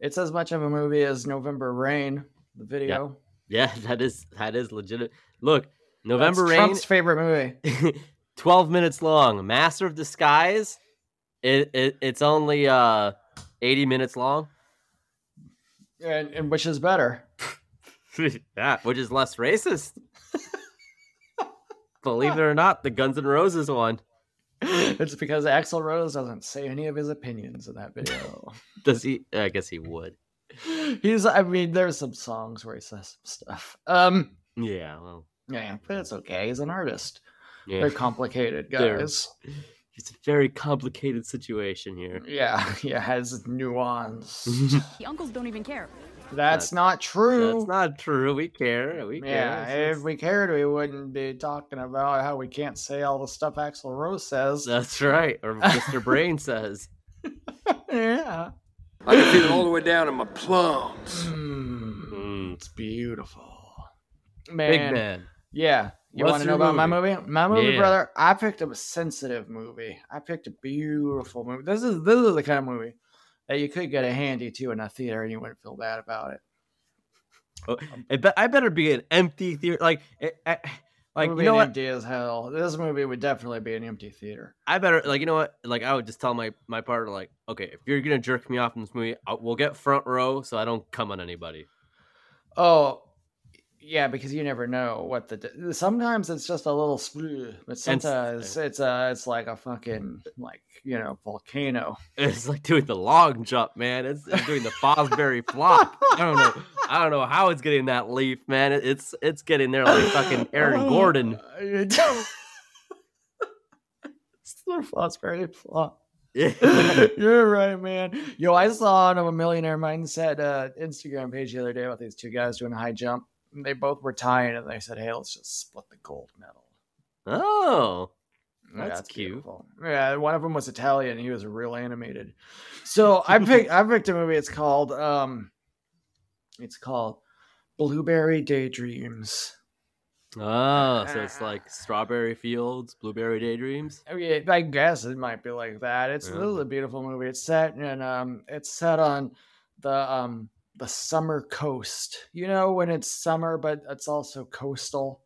Speaker 2: it's as much of a movie as November Rain, the video.
Speaker 1: Yeah, that is that is legitimate. Look, November
Speaker 2: That's Trump's favorite movie.
Speaker 1: Rain, twelve minutes long. Master of Disguise, it, it it's only uh eighty minutes long.
Speaker 2: And, and which is better?
Speaker 1: yeah, which is less racist. Believe it or not, the Guns N' Roses one.
Speaker 2: it's because Axl Rose doesn't say any of his opinions in that video.
Speaker 1: Does he? I guess he would.
Speaker 2: He's, I mean, there's some songs where he says some stuff. Um,
Speaker 1: Yeah. Well.
Speaker 2: yeah, but it's okay. He's an artist.
Speaker 1: Yeah.
Speaker 2: They're complicated
Speaker 1: They're-
Speaker 2: guys.
Speaker 1: It's a very complicated situation here.
Speaker 2: Yeah, yeah, has nuance.
Speaker 11: The uncles don't even care.
Speaker 2: That's not true.
Speaker 1: That's not true. We care. We care.
Speaker 2: yeah,
Speaker 1: It's-
Speaker 2: if we cared, we wouldn't be talking about how we can't say all the stuff Axl Rose says.
Speaker 1: That's right. Or Mr. Brain says.
Speaker 2: yeah,
Speaker 10: I can feel it all the way down in my plums.
Speaker 2: Mm,
Speaker 1: Mm,
Speaker 2: it's beautiful,
Speaker 1: big man.
Speaker 2: Yeah. You
Speaker 1: What's
Speaker 2: want to know
Speaker 1: your
Speaker 2: about my movie? My movie,
Speaker 1: Yeah.
Speaker 2: brother. I picked a sensitive movie. I picked a beautiful movie. This is this is the kind of movie that you could get a handy to in a theater and you wouldn't feel bad about it.
Speaker 1: I, bet I better be an empty theater. Like, I, I, like you
Speaker 2: movie
Speaker 1: know what?
Speaker 2: empty as hell. This movie would definitely be an empty theater.
Speaker 1: I better like you know what? Like, I would just tell my my partner like, okay, if you're gonna jerk me off in this movie, I, we'll get front row so I don't come on anybody.
Speaker 2: Oh, yeah, because you never know what the. Sometimes it's just a little, sploo, but
Speaker 1: And s-
Speaker 2: sometimes it's uh it's like a fucking like you know volcano.
Speaker 1: It's like doing the log jump, man. It's, it's doing the Fosbury flop. I don't know. I don't know how it's getting that leaf, man. It, it's it's getting there like fucking
Speaker 2: Oh.
Speaker 1: Aaron Gordon.
Speaker 2: It's the Fosbury Flop.
Speaker 1: Yeah.
Speaker 2: You're right, man. Yo, I saw on a Millionaire Mindset uh, Instagram page the other day about these two guys doing a high jump. And They both were tying, and they said, "Hey, let's just split the gold medal."
Speaker 1: oh,
Speaker 2: Yeah,
Speaker 1: That's cute.
Speaker 2: beautiful. Yeah, and one of them was Italian. and He was real animated. So I picked. I picked a movie. It's called um, It's called Blueberry Daydreams.
Speaker 1: Oh, so it's like strawberry fields, blueberry daydreams.
Speaker 2: I mean, Oh, I guess it might be like that. It's
Speaker 1: Yeah.
Speaker 2: this is a beautiful movie. It's set in um, it's set on the um the summer coast. You know when it's summer, but it's also coastal.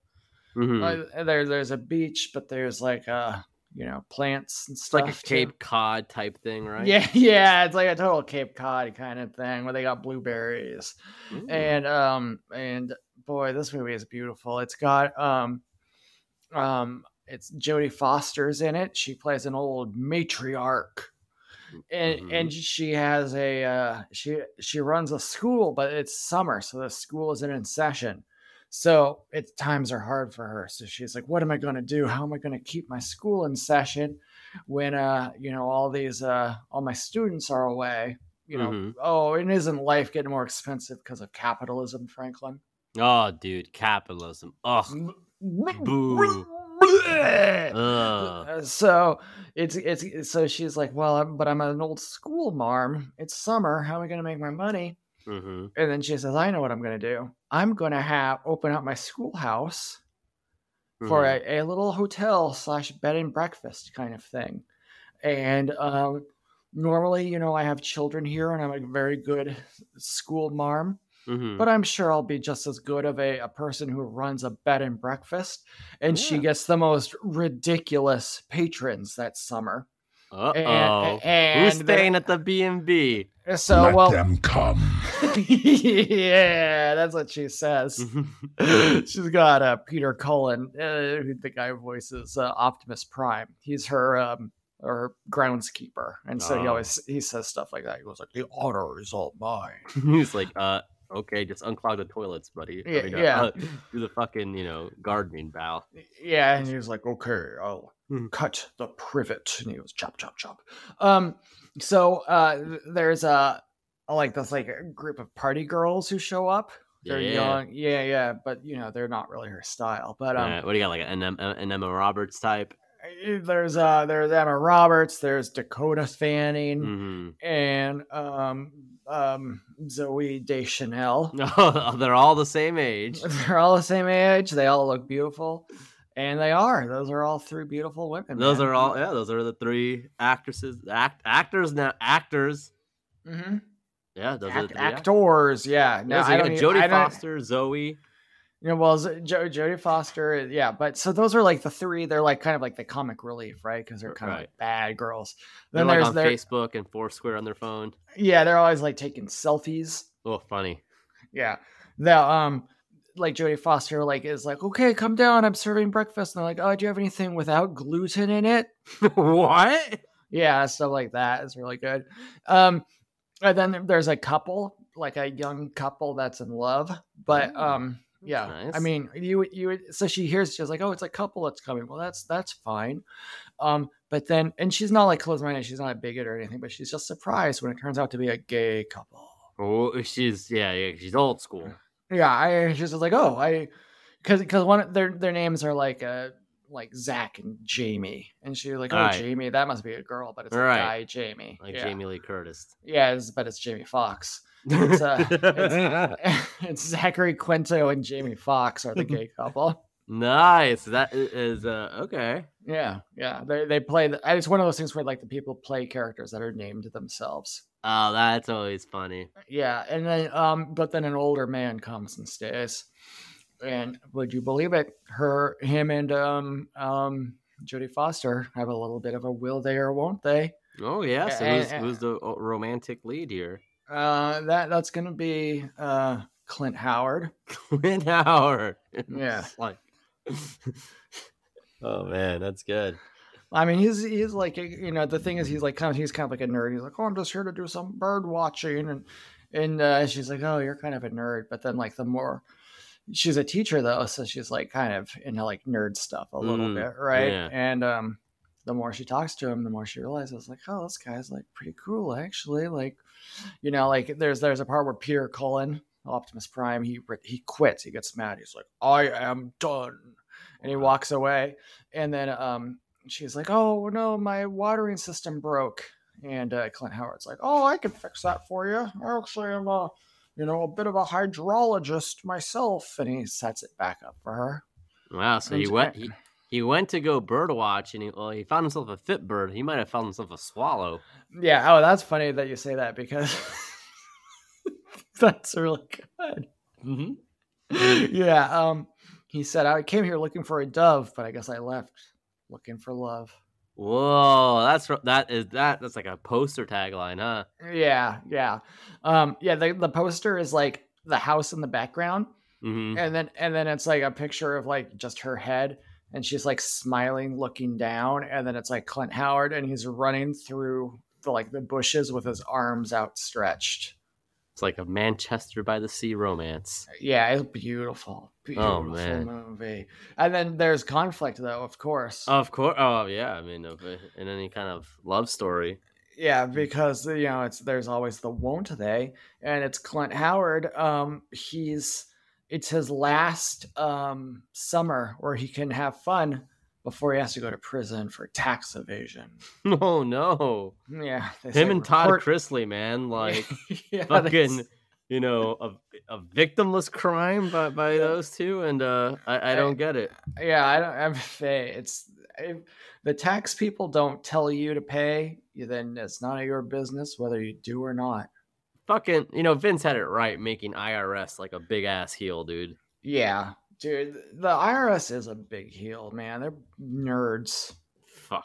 Speaker 1: Mhm.
Speaker 2: Like, there, there's a beach, but there's like uh, you know, plants and
Speaker 1: It's
Speaker 2: stuff.
Speaker 1: like a
Speaker 2: too.
Speaker 1: Cape Cod type thing, right?
Speaker 2: Yeah, yeah, it's like a total Cape Cod kind of thing where they got blueberries
Speaker 1: Ooh.
Speaker 2: and um and boy, this movie is beautiful. It's got um um it's Jodie Foster's in it. She plays an old matriarch. And and she has a uh, she she runs a school, but it's summer, so the school isn't in session. So it's times are hard for her. So she's like, "What am I going to do? How am I going to keep my school in session when uh you know all these uh all my students are away?" You know,
Speaker 1: Mhm.
Speaker 2: oh, and isn't life getting more expensive because of capitalism, Franklin?
Speaker 1: Oh, dude, capitalism. Ugh. Boo. Ugh.
Speaker 2: Uh, so it's it's so she's like, well, I'm, but I'm an old school mom. It's summer. How am I going to make my money?
Speaker 1: hmm
Speaker 2: And then she says, I know what I'm going to do. I'm going to have open up my schoolhouse for
Speaker 1: Mhm.
Speaker 2: a, a little hotel slash bed and breakfast kind of thing. And um, normally, you know, I have children here, and I'm a very good school mom
Speaker 1: Mhm.
Speaker 2: but I'm sure I'll be just as good of a, a person who runs a bed and breakfast. And she gets the most ridiculous patrons that summer.
Speaker 1: Uh-oh.
Speaker 2: and
Speaker 1: Who's
Speaker 2: the-
Speaker 1: staying at the B&B?
Speaker 2: So, well,
Speaker 6: come.
Speaker 2: yeah, that's what she says.
Speaker 1: Mm-hmm.
Speaker 2: She's got uh, Peter Cullen, uh, who the guy who voices uh, Optimus Prime. He's her um, her groundskeeper, and so he
Speaker 1: Oh.
Speaker 2: always he says stuff like that. He goes like, "The honor is all mine."
Speaker 1: He's like, uh, okay, just unclog the toilets, buddy. I
Speaker 2: Yeah,
Speaker 1: mean, uh,
Speaker 2: yeah.
Speaker 1: uh, do the fucking, you know, gardening bow.
Speaker 2: Yeah, and he was like, "Okay, I'll
Speaker 1: Hmm.
Speaker 2: cut the privet," and he goes, "Chop, chop, chop." Um, so uh, th- there's a like this like a group of party girls who show up. They're young, yeah, yeah, but you know they're not really her style. But um,
Speaker 1: Uh, what do you got, like an, Em- an Emma Roberts type?
Speaker 2: eh, there's uh, there's Emma Roberts, there's Dakota Fanning,
Speaker 1: Mhm.
Speaker 2: and um, um, Zoe Deschanel.
Speaker 1: No, Mm-hmm. they're all the same age.
Speaker 2: They're all the same age. They all look beautiful, and they are. Those are all three beautiful women.
Speaker 1: Those
Speaker 2: man.
Speaker 1: are all, yeah, those are the three actresses, act actors now, actors.
Speaker 2: Mhm.
Speaker 1: Yeah, those are the
Speaker 2: Act-
Speaker 1: three act-
Speaker 2: actors, yeah. No,
Speaker 1: Yeah, so
Speaker 2: I
Speaker 1: you
Speaker 2: don't.
Speaker 1: got
Speaker 2: e- I
Speaker 1: Jodie
Speaker 2: don't-
Speaker 1: Foster, Zoe.
Speaker 2: You know, well, Z- jo- Jodie Foster, is- yeah. But so those are like the three. They're like kind of like the comic relief, right? Because they're kind of
Speaker 1: Right.
Speaker 2: like bad girls.
Speaker 1: They're
Speaker 2: Then
Speaker 1: like
Speaker 2: there's
Speaker 1: on
Speaker 2: their,
Speaker 1: Facebook and Foursquare on their phone.
Speaker 2: yeah, they're always like taking selfies.
Speaker 1: Oh, funny.
Speaker 2: Yeah, the um, like Jodie Foster, like is like, okay, come down. I'm serving breakfast. And they're like, oh, do you have anything without gluten in it?
Speaker 1: what?
Speaker 2: yeah stuff like that is really good um and then there- there's a couple like a young couple that's in love but
Speaker 1: Ooh,
Speaker 2: um yeah i
Speaker 1: nice.
Speaker 2: mean you would- you would- so she hears she's like oh it's a couple that's coming well that's that's fine um but then and she's not like closed-minded she's not a bigot or anything but she's just surprised when it turns out to be a gay couple
Speaker 1: Oh, she's yeah, yeah, she's old school.
Speaker 2: yeah i she's just like oh i because because one of their their names are like uh like Zach and Jamie, and she's like, "Oh,
Speaker 1: Right.
Speaker 2: Jamie, that must be a girl, but it's a
Speaker 1: Right.
Speaker 2: guy, Jamie."
Speaker 1: Like
Speaker 2: Yeah.
Speaker 1: Jamie Lee Curtis.
Speaker 2: Yeah, it's, but it's Jamie Fox. It's, uh, it's, it's Zachary Quinto and Jamie Fox are the gay couple.
Speaker 1: nice. That i- is uh okay.
Speaker 2: Yeah, yeah. They they play. The, it's one of those things where like the people play characters that are named themselves.
Speaker 1: Oh, that's always funny.
Speaker 2: Yeah, and then um, but then an older man comes and stays, and would you believe it? Her, him, and um, um, Jodie Foster have a little bit of a will they or won't they?
Speaker 1: Oh yeah. So
Speaker 2: Yeah,
Speaker 1: who's,
Speaker 2: yeah,
Speaker 1: who's the o- romantic lead here?
Speaker 2: Uh, that that's gonna be uh Clint Howard.
Speaker 1: Clint Howard.
Speaker 2: Yeah.
Speaker 1: It's like, oh man, that's good.
Speaker 2: I mean, he's he's like you know the thing is he's like kind of he's kind of like a nerd. He's like, oh, I'm just here to do some bird watching, and and uh, she's like, oh, you're kind of a nerd. But then like the more she's a teacher though, so she's like kind of into like nerd stuff a little
Speaker 1: Mm,
Speaker 2: bit, right?
Speaker 1: yeah.
Speaker 2: And um, the more she talks to him, the more she realizes like, oh, this guy's like pretty cool actually. Like, you know, like there's there's a part where Peter Cullen, Optimus Prime, he re- he quits. He gets mad. He's like, I am done. And he walks away, and then um, she's like, "Oh no, my watering system broke." And uh, Clint Howard's like, "Oh, I can fix that for you. I actually am uh, you know, a bit of a hydrologist myself. And he sets it back up for her.
Speaker 1: Wow, so he
Speaker 2: Sounds
Speaker 1: went
Speaker 2: good.
Speaker 1: he, he went to go bird watch and he well, he found himself a fit bird. He might have found himself a swallow.
Speaker 2: Yeah. Oh, that's funny that you say that because that's really good.
Speaker 1: Mm-hmm.
Speaker 2: yeah. Um, he said, I came here looking for a dove, but I guess I left looking for love.
Speaker 1: Whoa, that's ro- that is that that's like a poster tagline, huh?
Speaker 2: Yeah. Yeah. Um, yeah. The, the poster is like the house in the background.
Speaker 1: Mm-hmm.
Speaker 2: and then and then it's like a picture of like just her head and she's like smiling looking down and then it's like clint howard and he's running through the like the bushes with his arms outstretched
Speaker 1: It's like a Manchester by the Sea romance.
Speaker 2: yeah it's beautiful beautiful
Speaker 1: Oh, man.
Speaker 2: movie and then there's conflict though of course
Speaker 1: Of course. Oh yeah, I mean, of- in any kind of love story.
Speaker 2: yeah because you know it's there's always the won't they and it's clint howard um he's it's his last um summer where he can have fun before he has to go to prison for tax evasion
Speaker 1: Oh no,
Speaker 2: Yeah, they
Speaker 1: him
Speaker 2: say
Speaker 1: and Todd
Speaker 2: report-
Speaker 1: Chrisley, man, like
Speaker 2: Yeah, they
Speaker 1: fucking,
Speaker 2: s-
Speaker 1: you know, a, a victimless crime by, by those two, and uh, I, I don't get it.
Speaker 2: yeah. I don't. I'm, they, it's if the tax people don't tell you to pay, you- then it's none of your business whether you do or not.
Speaker 1: Fucking, you know, Vince had it right making IRS like a big ass heel, dude.
Speaker 2: Yeah, dude, the IRS is a big heel, man. They're nerds.
Speaker 1: Fuck,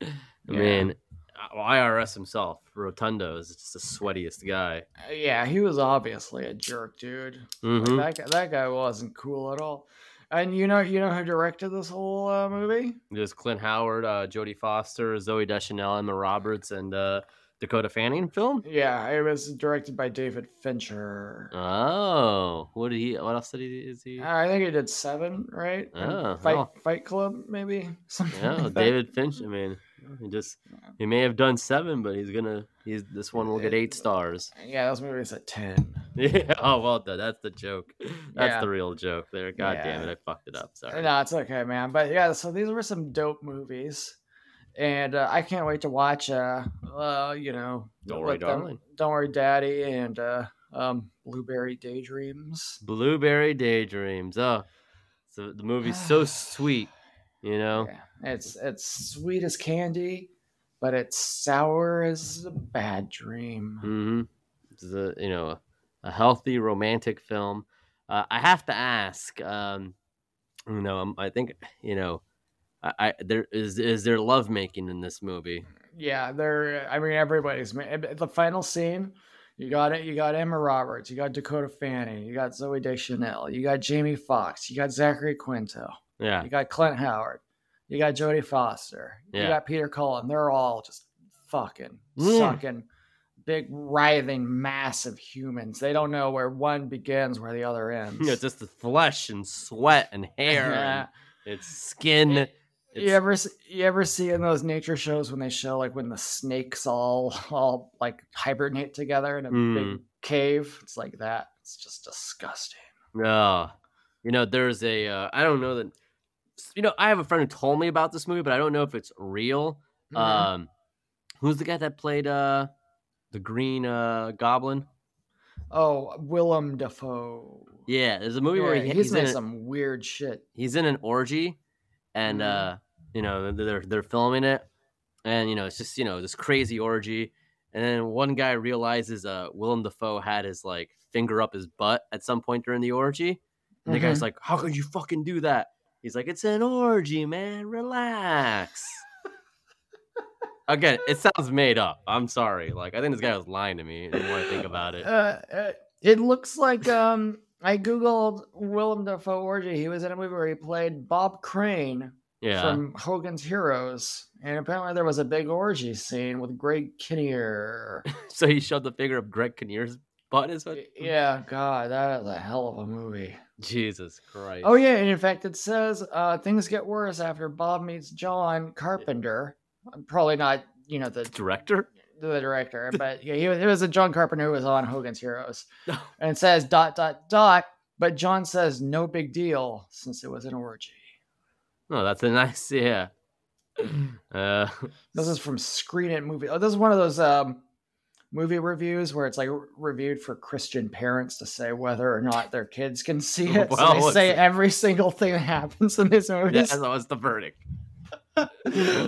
Speaker 2: Yeah.
Speaker 1: man. uh, Well, IRS himself, Rotundo, is just the sweatiest guy.
Speaker 2: Uh, Yeah, he was obviously a jerk, dude.
Speaker 1: Mhm.
Speaker 2: That guy, that guy wasn't cool at all. And you know, you know who directed this whole uh, movie?
Speaker 1: There's Clint Howard, uh, Jodie Foster, Zoe Deschanel, Emma Roberts, and uh, Dakota Fanning film.
Speaker 2: Yeah, it was directed by David Fincher.
Speaker 1: Oh, what did he? What else did he? Is he?
Speaker 2: Uh, I think he did seven, right? And
Speaker 1: Oh,
Speaker 2: Fight
Speaker 1: Mm. oh.
Speaker 2: Fight Club, maybe something.
Speaker 1: Yeah,
Speaker 2: like that.
Speaker 1: oh, David Finch. I mean, oh, he just he may have done seven, but he's gonna he's this one will get eight stars.
Speaker 2: Yeah, those movies at ten.
Speaker 1: Yeah. Oh well, done. that's the joke. That's
Speaker 2: Yeah.
Speaker 1: the real joke. There. God damn
Speaker 2: Yeah. uh,
Speaker 1: it, I fucked it up. Sorry.
Speaker 2: No, it's okay, man. But yeah, so these were some dope movies, and uh, I can't wait to watch. Uh, uh you know,
Speaker 1: Don't Worry,
Speaker 2: with them-
Speaker 1: Darling.
Speaker 2: Don't worry, Daddy, and uh, um, Blueberry Daydreams.
Speaker 1: Blueberry Daydreams. Oh, so the movie's so sweet. You know.
Speaker 2: Yeah, it's it's sweet as candy, but it's sour as a bad dream.
Speaker 1: Mm-hmm. This is a you know a healthy romantic film. Uh, I have to ask. Um, you know, um, I think you know, I, I there is is there lovemaking in this movie?
Speaker 2: Yeah, they're. I mean, everybody's ma- at the final scene. You got it. You got Emma Roberts. You got Dakota Fanning. You got Zoe Deschanel. You got Jamie Foxx. You got Zachary Quinto.
Speaker 1: Yeah,
Speaker 2: You got Clint Howard. You got Jodie Foster. You
Speaker 1: Yeah.
Speaker 2: got Peter Cullen. They're all just fucking
Speaker 1: Mm.
Speaker 2: sucking big writhing mass of humans. They don't know where one begins, where the other ends.
Speaker 1: you know, just the flesh and sweat and hair.
Speaker 2: Yeah.
Speaker 1: and it's skin.
Speaker 2: You-
Speaker 1: it's-
Speaker 2: you ever s- you ever see in those nature shows when they show like when the snakes all all like hibernate together in a big
Speaker 1: Mm.
Speaker 2: cave? It's like that. It's just disgusting.
Speaker 1: Oh, you know, there's a. Uh, I don't know that. You know, I have a friend who told me about this movie, but I don't know if it's real.
Speaker 2: Mm-hmm. Mm.
Speaker 1: Um, who's the guy that played uh the Green uh Goblin?
Speaker 2: oh, Willem Dafoe.
Speaker 1: Yeah, there's a movie where
Speaker 2: Yeah,
Speaker 1: he,
Speaker 2: he's,
Speaker 1: he's,
Speaker 2: made
Speaker 1: in a,
Speaker 2: some weird shit.
Speaker 1: he's in an orgy, and
Speaker 2: Mhm.
Speaker 1: uh, you know they're they're filming it, and you know it's just you know this crazy orgy, and then one guy realizes uh Willem Dafoe had his like finger up his butt at some point during the orgy, and the
Speaker 2: Mm-hmm.
Speaker 1: guy's like, "How could you fucking do that?" He's like, "It's an orgy, man. Relax." Again, it sounds made up. I'm sorry. Like I think this guy was lying to me. The more I think about it,
Speaker 2: Uh, uh, it looks like um, I googled Willem Dafoe orgy. He was in a movie where he played Bob Crane
Speaker 1: yeah.
Speaker 2: from Hogan's Heroes, and apparently there was a big orgy scene with Greg Kinnear.
Speaker 1: so he shoved the finger up Greg Kinnear's butt. Is what?
Speaker 2: Y- yeah, God, that is a hell of a movie.
Speaker 1: Jesus Christ.
Speaker 2: Oh yeah, and in fact, it says uh, things get worse after Bob meets John Carpenter. I'm probably not, you know, the
Speaker 1: Director?
Speaker 2: the director, but yeah, he was, it was a John Carpenter who was on Hogan's Heroes, and it says dot dot dot. But John says no big deal since it was an orgy.
Speaker 1: No, that's a nice yeah. Uh
Speaker 2: This is from Screen It Movie. Oh, this is one of those um, movie reviews where it's like re- reviewed for Christian parents to say whether or not their kids can see it.
Speaker 1: Well,
Speaker 2: so they
Speaker 1: it's-
Speaker 2: say every single thing that happens in these
Speaker 1: Yeah,
Speaker 2: movies.
Speaker 1: that was the verdict.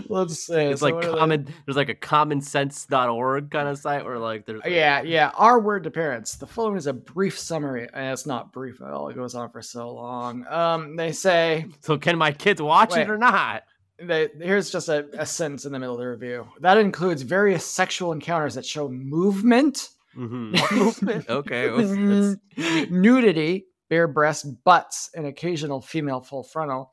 Speaker 2: Let's see.
Speaker 1: It's
Speaker 2: So
Speaker 1: like
Speaker 2: what are they-
Speaker 1: common. There's like a commonsense.org kind of site where like there's like,
Speaker 2: Yeah, yeah. Our word to parents. The following is a brief summary, and it's not brief at all. It goes on for so long. Um, they say
Speaker 1: So can my kids watch
Speaker 2: Wait.
Speaker 1: it or not?
Speaker 2: they, here's just a, a sentence in the middle of the review. That includes various sexual encounters that show movement,
Speaker 1: Mhm. okay. well, that's-
Speaker 2: nudity, bare breasts, butts, and occasional female full frontal,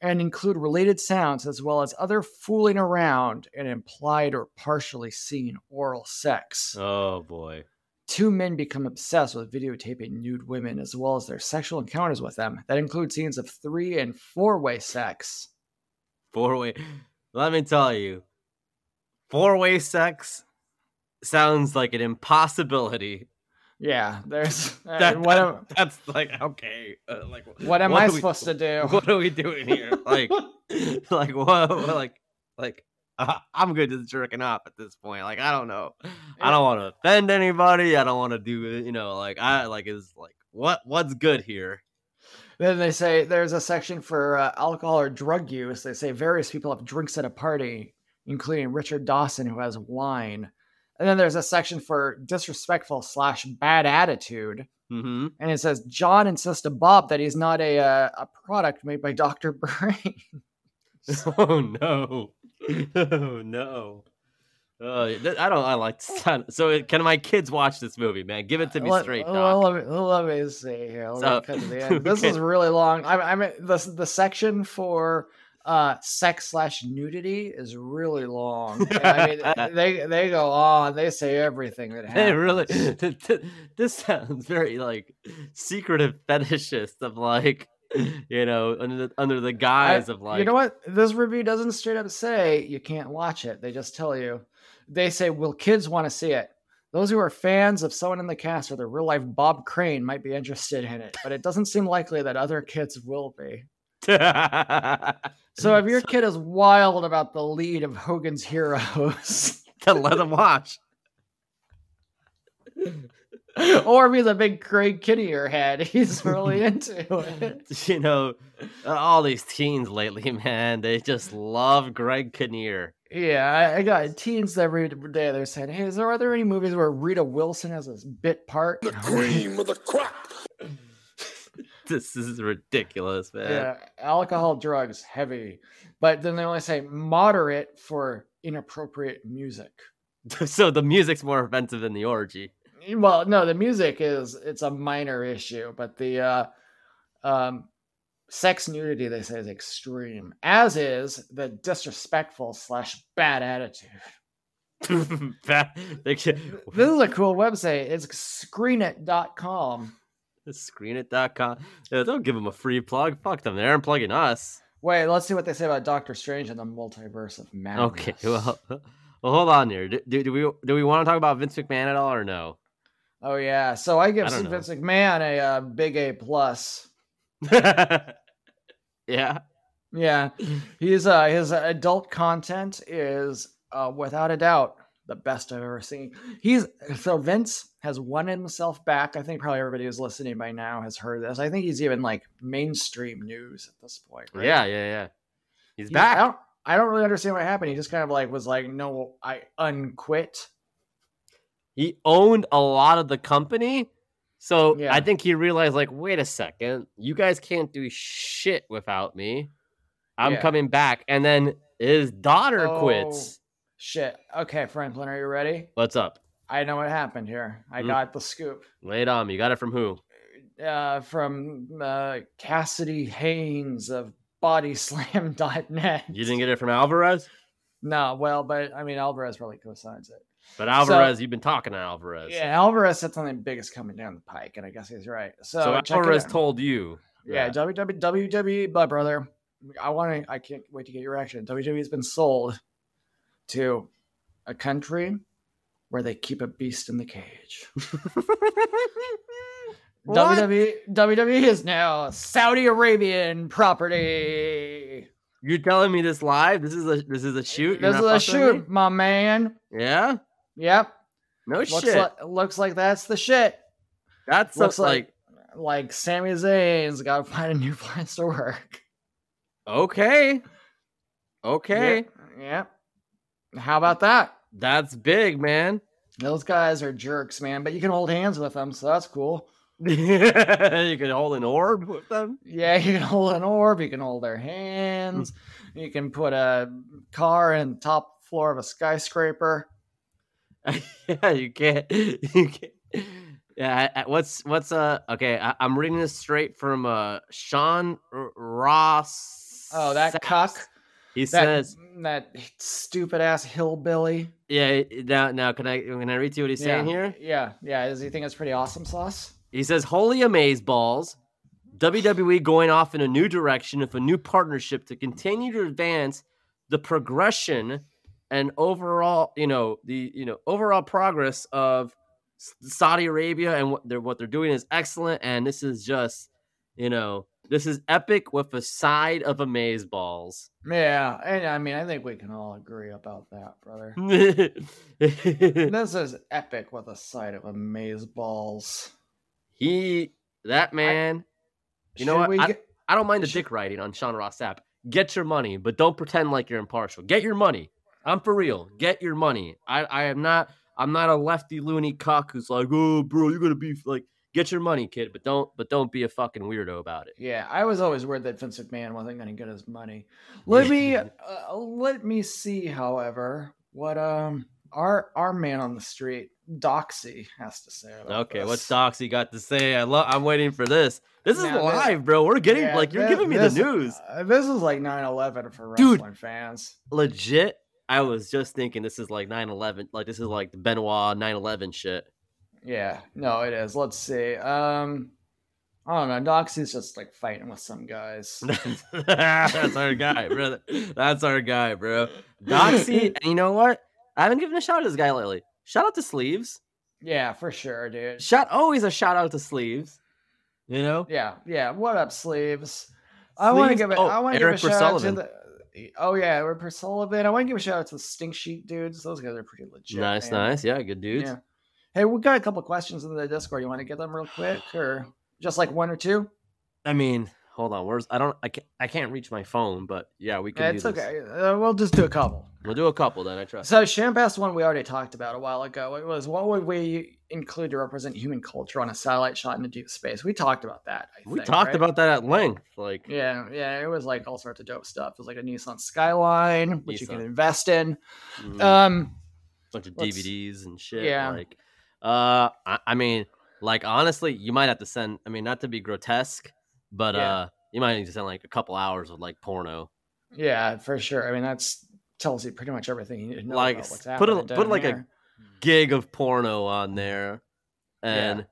Speaker 2: and include related sounds as well as other fooling around and implied or partially seen oral sex.
Speaker 1: oh boy.
Speaker 2: two men become obsessed with videotaping nude women as well as their sexual encounters with them that include scenes of three and four way sex
Speaker 1: Four way. Let me tell you, four way sex sounds like an impossibility.
Speaker 2: yeah there's uh,
Speaker 1: That-
Speaker 2: what am,
Speaker 1: That's like okay. uh, like wh-
Speaker 2: what am i
Speaker 1: do we-
Speaker 2: supposed to do
Speaker 1: What are we doing here? Like, like what? what- Like, like uh, I'm good to jerking off at this point. Like I don't know. I don't want to offend anybody. I don't want to do it. You know, like I like is like what what's good here.
Speaker 2: then they say there's a section for uh, alcohol or drug use they say various people have drinks at a party including richard dawson who has wine and then there's a section for disrespectful slash bad attitude
Speaker 1: Mm-hmm.
Speaker 2: and it says john insists to bob that he's not a uh, a product made by dr brain
Speaker 1: Oh no! Oh no! Uh, th- I don't. I like. this kind of- So it- can my kids watch this movie, man? Give it to me
Speaker 2: Let-
Speaker 1: straight,
Speaker 2: let,
Speaker 1: Doc.
Speaker 2: Let, me, let me see here. Let
Speaker 1: So-
Speaker 2: me cut to the end. This
Speaker 1: okay.
Speaker 2: is really long. I, I mean, the the section for uh sex slash nudity is really long. And I mean, they they go on. They say everything that happens.
Speaker 1: They really. th- th- This sounds very like secretive fetishist of like, you know, under the, under the
Speaker 2: I-
Speaker 1: guise of like.
Speaker 2: you know what? This review doesn't straight up say you can't watch it. They just tell you. They say, "Will kids want to see it?" Those who are fans of someone in the cast or the real life Bob Crane might be interested in it, but it doesn't seem likely that other kids will be. So if your kid is wild about the lead of Hogan's Heroes,
Speaker 1: to let them watch.
Speaker 2: or be the big Craig Kittier head, he's really into it.
Speaker 1: You know, uh, all these teens lately, man, they just love Greg Kinnear.
Speaker 2: Yeah, I, I got teens every day. They're saying, "Hey, is there are there any movies where Rita Wilson has this bit part?"
Speaker 10: Cream of the crop.
Speaker 1: This is ridiculous, man.
Speaker 2: Yeah, alcohol, drugs, heavy, but then they only say moderate for inappropriate music.
Speaker 1: so the music's more offensive than the orgy.
Speaker 2: well no the music is it's a minor issue but the uh um sex nudity they say is extreme as is the disrespectful slash bad attitude
Speaker 1: That- they can-
Speaker 2: this is a cool website it's screenit.com
Speaker 1: Screenit.com. Yeah, don't give them a free plug. Fuck them. They're plugging us.
Speaker 2: wait let's see what they say about doctor strange and the multiverse of madness
Speaker 1: Okay. Well, well, hold on here. Do, do, do we do we want to talk about Vince McMahon at all or no?
Speaker 2: oh yeah so i give
Speaker 1: I don't know.
Speaker 2: vince mcmahon a uh, big a plus
Speaker 1: yeah.
Speaker 2: yeah he's uh his adult content is uh without a doubt the best i've ever seen he's so vince has won himself back i think probably everybody who's listening by now has heard this i think he's even like mainstream news at this point right?
Speaker 1: Yeah. Yeah. Yeah. He's
Speaker 2: He's-
Speaker 1: back.
Speaker 2: I don't, I don't really understand what happened he just kind of like was like no i unquit
Speaker 1: he owned a lot of the company. So
Speaker 2: Yeah.
Speaker 1: I think he realized, like, wait a second, you guys can't do shit without me. I'm
Speaker 2: Yeah.
Speaker 1: coming back. And then his daughter
Speaker 2: Oh.
Speaker 1: quits.
Speaker 2: shit okay franklin are you ready
Speaker 1: What's up?
Speaker 2: i know what happened here i
Speaker 1: Mm.
Speaker 2: got the scoop
Speaker 1: Lay it on me. You got it from who?
Speaker 2: uh, from uh, Cassidy Haynes of bodyslam.net.
Speaker 1: You didn't get it from Alvarez?
Speaker 2: No, well, but I mean, Alvarez probably co signs it.
Speaker 1: But Alvarez, you've been talking to Alvarez.
Speaker 2: Yeah, Alvarez said something big is coming down the pike, and I guess he's right. So,
Speaker 1: So
Speaker 2: check it
Speaker 1: Alvarez
Speaker 2: out.
Speaker 1: told you.
Speaker 2: Yeah,
Speaker 1: that.
Speaker 2: WW WWE, E, but brother, I want to, I can't wait to get your reaction. WWE's been sold to a country where they keep a beast in the cage.
Speaker 1: What?
Speaker 2: WWE, WWE E is now Saudi Arabian property.
Speaker 1: You're telling me this live? This is a this is a shoot. You're
Speaker 2: This is
Speaker 1: not
Speaker 2: a
Speaker 1: fucking with me?
Speaker 2: shoot, my man.
Speaker 1: Yeah.
Speaker 2: Yep.
Speaker 1: No
Speaker 2: Looks,
Speaker 1: shit.
Speaker 2: Like, looks like that's the shit.
Speaker 1: That's
Speaker 2: looks
Speaker 1: a- like,
Speaker 2: like- Like Sami Zayn's got to find a new place to work.
Speaker 1: okay, okay,
Speaker 2: Yeah. yeah. How about that?
Speaker 1: that's big, man.
Speaker 2: Those guys are jerks, man. But you can hold hands with them, so that's cool.
Speaker 1: you can hold an orb with them.
Speaker 2: Yeah, you can hold an orb. You can hold their hands.
Speaker 1: Hmm.
Speaker 2: you can put a car in the top floor of a skyscraper.
Speaker 1: yeah, you can't. You can't. Yeah, I- I- what's what's uh okay? I, I'm reading this straight from uh Sean R- Ross.
Speaker 2: Oh, that
Speaker 1: Sass.
Speaker 2: cuck.
Speaker 1: He
Speaker 2: That,
Speaker 1: says,
Speaker 2: that stupid ass hillbilly.
Speaker 1: "Yeah, now now can I can I read to you what he's saying
Speaker 2: yeah.
Speaker 1: here?
Speaker 2: Yeah, yeah. Does he think it's pretty awesome sauce?
Speaker 1: He says, "Holy amaze balls! WWE going off in a new direction with a new partnership to continue to advance the progression and overall, you know, the you know overall progress of S- Saudi Arabia and what they're what they're doing is excellent. And this is just, you know, this is epic with a side of amaze balls."
Speaker 2: Yeah, and I mean, I think we can all agree about that, brother.
Speaker 1: Hmm.
Speaker 2: this is epic with a side of amaze balls.
Speaker 1: he, that man, You know
Speaker 2: Should
Speaker 1: what?
Speaker 2: we get-
Speaker 1: I don't mind the dick writing on Sean Ross app. Get your money, but don't pretend like you're impartial. Get your money. I'm for real. Get your money. I, I am not I'm not a lefty loony cock who's like, oh bro, you're gonna be f-" like get your money, kid, but don't but don't be a fucking weirdo about it.
Speaker 2: Yeah, I was always worried that Vince McMahon wasn't going to get his money. Let me uh, let me see, however, what um our our man on the street, Doxy, has to say. About
Speaker 1: Okay,
Speaker 2: this.
Speaker 1: what's Doxy got to say? I love I'm waiting for this. This is
Speaker 2: Now, this-
Speaker 1: live, bro. We're getting
Speaker 2: Yeah,
Speaker 1: like you're
Speaker 2: thi-
Speaker 1: giving me
Speaker 2: this-
Speaker 1: the news.
Speaker 2: uh, this is like 9-11 for wrestling
Speaker 1: Dude.
Speaker 2: fans.
Speaker 1: Legit, I was just thinking this is like 9-11. Like this is like the Benoit 9-11 shit.
Speaker 2: Yeah, no, it is. Let's see. Um, I don't know. Doxy's just like fighting with some guys.
Speaker 1: That's our guy, brother. That's our guy, bro. Doxy, and you know what? I haven't given a shout out to this guy lately. Shout out to Sleeves.
Speaker 2: yeah, for sure, dude.
Speaker 1: Shout always a shout out to Sleeves. You know?
Speaker 2: Yeah, yeah. What up, sleeves? I want to
Speaker 1: Sleeves-
Speaker 2: give it.
Speaker 1: oh,
Speaker 2: I want to give a
Speaker 1: Eric
Speaker 2: shout
Speaker 1: Persullivan.
Speaker 2: out to the. Oh yeah, we're Persullivan. I want to give a shout out to the Stink Sheet dudes. Those guys are pretty legit.
Speaker 1: nice,
Speaker 2: man.
Speaker 1: nice. Yeah, good dudes.
Speaker 2: Yeah. Hey, we got a couple questions in the Discord. You want to get them real quick, or just like one or two?
Speaker 1: I mean, hold on. Where's I don't I can't I can't reach my phone, but yeah, we can
Speaker 2: It's
Speaker 1: do this.
Speaker 2: okay. Uh, we'll just do a couple.
Speaker 1: We'll do a couple then, I trust.
Speaker 2: So Sham asked one we already talked about a while ago. It was what would we include to represent human culture on a satellite shot into deep space? We talked about that. I
Speaker 1: we
Speaker 2: think,
Speaker 1: talked
Speaker 2: right?
Speaker 1: about that at length. Like
Speaker 2: Yeah, yeah, it was like all sorts of dope stuff. It was like a Nissan Skyline, which you can
Speaker 1: Nissan.
Speaker 2: invest in.
Speaker 1: mm,
Speaker 2: Um,
Speaker 1: bunch of
Speaker 2: let's-
Speaker 1: DVDs and shit.
Speaker 2: yeah.
Speaker 1: Like uh I, I mean, like honestly, you might have to send I mean not to be grotesque, but
Speaker 2: Yeah.
Speaker 1: uh you might need to send like a couple hours of like porno.
Speaker 2: yeah, for sure. I mean, that's tells you pretty much everything you need to know
Speaker 1: Like,
Speaker 2: about what's
Speaker 1: s- put a-
Speaker 2: happening.
Speaker 1: put
Speaker 2: down
Speaker 1: like a-
Speaker 2: there.
Speaker 1: Gig of porno on there.
Speaker 2: Yeah.
Speaker 1: And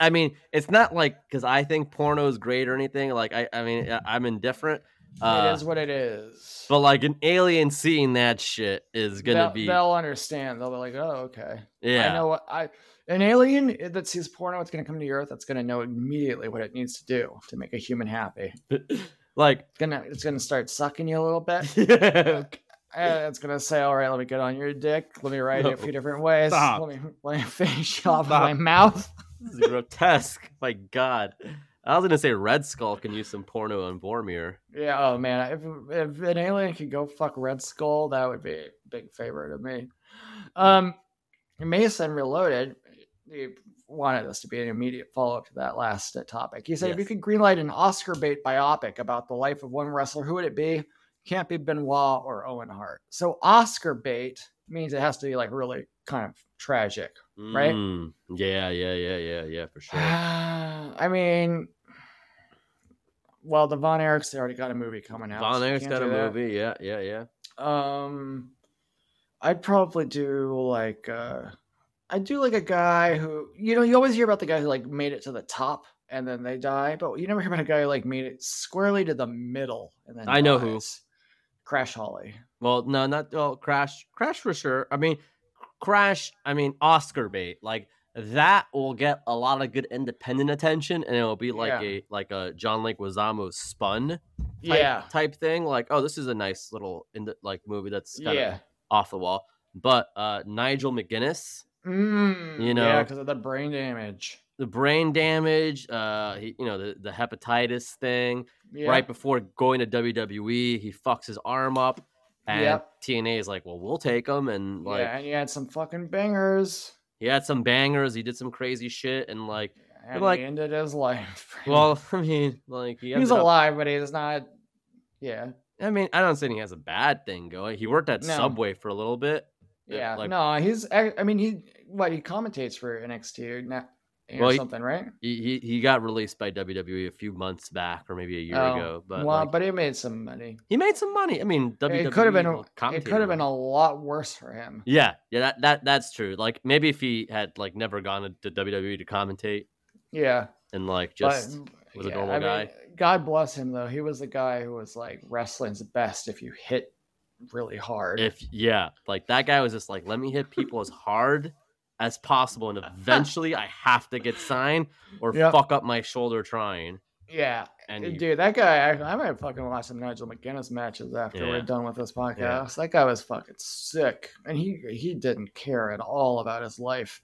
Speaker 1: I mean, it's not like cuz I think porno is great or anything. Like I I mean, I, I'm indifferent. Uh,
Speaker 2: it is what it is.
Speaker 1: but like an alien seeing that shit is going to
Speaker 2: they'll,
Speaker 1: be
Speaker 2: they'll understand. They'll be like, oh, okay.
Speaker 1: yeah.
Speaker 2: I know what I an alien that sees porno, it's gonna come to Earth, it's gonna know immediately what it needs to do to make a human happy. It's
Speaker 1: Like
Speaker 2: gonna it's gonna start sucking you a little bit.
Speaker 1: stop.
Speaker 2: and it's gonna say, All right, let me get on your dick, let me ride it a
Speaker 1: No.
Speaker 2: few different ways.
Speaker 1: Stop.
Speaker 2: Let me let me finish off
Speaker 1: Stop.
Speaker 2: my mouth.
Speaker 1: This is grotesque. My God. I was gonna say Red Skull can use some porno on Vormir.
Speaker 2: Yeah, oh man. If if an alien could go fuck Red Skull, that would be a big favor to me. Um Mason Reloaded, he wanted this to be an immediate follow-up to that last uh, topic. He said if you
Speaker 1: Yes.
Speaker 2: could greenlight an Oscar bait biopic about the life of one wrestler, who would it be? Can't be Benoit or Owen Hart. So Oscar bait means it has to be like really kind of tragic. Right? Ah,
Speaker 1: Mm, yeah, yeah, yeah, yeah, yeah, for sure.
Speaker 2: I mean, well, the Von Erichs they already got a movie coming out.
Speaker 1: Von
Speaker 2: so you
Speaker 1: Erich's
Speaker 2: can't
Speaker 1: got a
Speaker 2: do that.
Speaker 1: movie. Yeah, yeah, yeah.
Speaker 2: Um, I'd probably do like uh, I'd do like a guy who you know you always hear about the guy who like made it to the top and then they die, but you never hear about a guy who like made it squarely to the middle and then
Speaker 1: I know who.
Speaker 2: dies. Crash Holly.
Speaker 1: Well, no, not well, Crash. Crash for sure. I mean, Crash. I mean, Oscar bait. Like that will get a lot of good independent attention, and it'll be like
Speaker 2: Yeah.
Speaker 1: a like a John Leguizamo spun type,
Speaker 2: Yeah,
Speaker 1: type thing. Like, oh, this is a nice little in like movie that's kind of
Speaker 2: yeah,
Speaker 1: off the wall. But uh Nigel McGuinness
Speaker 2: Mm,
Speaker 1: You
Speaker 2: yeah,
Speaker 1: know.
Speaker 2: because of the brain damage.
Speaker 1: The brain damage, uh, he, you know, the, the hepatitis thing.
Speaker 2: Yeah.
Speaker 1: Right before going to WWE, he fucks his arm up, and
Speaker 2: Yep.
Speaker 1: TNA is like, "Well, we'll take him." And like,
Speaker 2: yeah, and you had some fucking bangers.
Speaker 1: he had some bangers, he did some crazy shit, and like,
Speaker 2: And
Speaker 1: like-
Speaker 2: he ended his life. pretty
Speaker 1: well, I mean, like, he
Speaker 2: much. he's
Speaker 1: ended up-
Speaker 2: alive, but he's not. Yeah,
Speaker 1: I mean, I don't think he has a bad thing going. He worked at
Speaker 2: No.
Speaker 1: Subway for a little bit. Yeah,
Speaker 2: yeah.
Speaker 1: like-
Speaker 2: no, he's. I I mean, he what he commentates for NXT or, na- or
Speaker 1: Well, he-
Speaker 2: something, right?
Speaker 1: He, he he got released by WWE a few months back, or maybe a year
Speaker 2: Oh,
Speaker 1: ago. But
Speaker 2: well,
Speaker 1: like,
Speaker 2: but he made some money.
Speaker 1: he made some money. I mean, E WWE
Speaker 2: it could have been.
Speaker 1: will
Speaker 2: It
Speaker 1: commentate
Speaker 2: could have
Speaker 1: on
Speaker 2: been a lot worse for him.
Speaker 1: Yeah, yeah, that, that that's true. Like maybe if he had like never gone to WWE E to commentate
Speaker 2: Yeah,
Speaker 1: and like
Speaker 2: but-
Speaker 1: just was a normal guy.
Speaker 2: God bless him though. He was the guy who was like wrestling's best if you hit really hard.
Speaker 1: if yeah, like that guy was just like, let me hit people as hard as possible, and eventually I have to get signed or
Speaker 2: Yep.
Speaker 1: fuck up my shoulder trying.
Speaker 2: yeah,
Speaker 1: And he-
Speaker 2: dude, that guy. I, I might fucking watch some Nigel McGuinness matches after
Speaker 1: Yeah.
Speaker 2: we're done with this podcast. That guy was fucking sick, and he he didn't care at all about his life.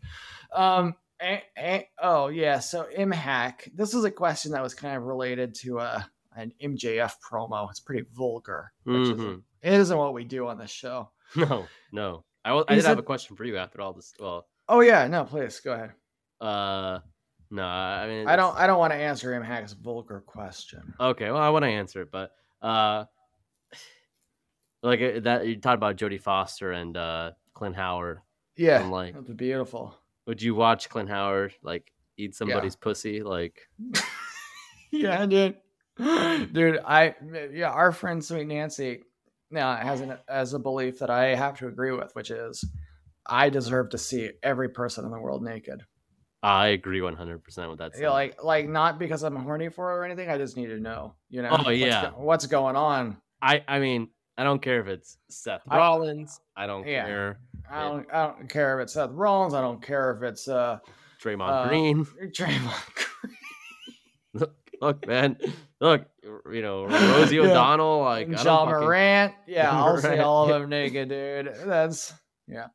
Speaker 2: Um. eh, eh, oh yeah. So Imhack. This is a question that was kind of related to uh an MJF promo. It's pretty vulgar, which isn't,
Speaker 1: Mhm.
Speaker 2: it isn't what we do on this show.
Speaker 1: no, no, I wa- I
Speaker 2: Is
Speaker 1: did have
Speaker 2: it-
Speaker 1: a question for you after all this. Well,
Speaker 2: Oh yeah. No, please go ahead.
Speaker 1: uh, no, I mean,
Speaker 2: I
Speaker 1: it's-
Speaker 2: don't. I don't want to answer him Hack's vulgar question.
Speaker 1: Okay, well, I want to answer it, but uh, like uh, that you talked about Jodie Foster and uh Clint Howard.
Speaker 2: Yeah,
Speaker 1: I'm like-
Speaker 2: that'd be beautiful.
Speaker 1: Would you watch Clint Howard like eat somebody's pussy? Like,
Speaker 2: Yeah, dude. Dude, I yeah, our friend Sweet Nancy now has an as a belief that I have to agree with, which is I deserve to see every person in the world naked.
Speaker 1: I agree 100 percent with that.
Speaker 2: Yeah,
Speaker 1: sentiment.
Speaker 2: like like not because I'm horny for it or anything. I just need to know, you know.
Speaker 1: Oh,
Speaker 2: what's
Speaker 1: yeah.
Speaker 2: go- what's going on?
Speaker 1: I, I mean, I don't care if it's Seth
Speaker 2: I-
Speaker 1: Rollins. I don't
Speaker 2: Yeah.
Speaker 1: care
Speaker 2: I
Speaker 1: Yeah.
Speaker 2: don't I don't care if it's Seth Rollins. I don't care if it's uh
Speaker 1: Draymond
Speaker 2: Uh,
Speaker 1: Green.
Speaker 2: Draymond. Green.
Speaker 1: Look, man, look, you know Rosie
Speaker 2: Yeah.
Speaker 1: O'Donnell. Like, I
Speaker 2: and
Speaker 1: don't
Speaker 2: John
Speaker 1: fucking-
Speaker 2: Morant. Yeah, I'll see
Speaker 1: Morant,
Speaker 2: all of
Speaker 1: yeah.
Speaker 2: them naked, dude. That's yeah.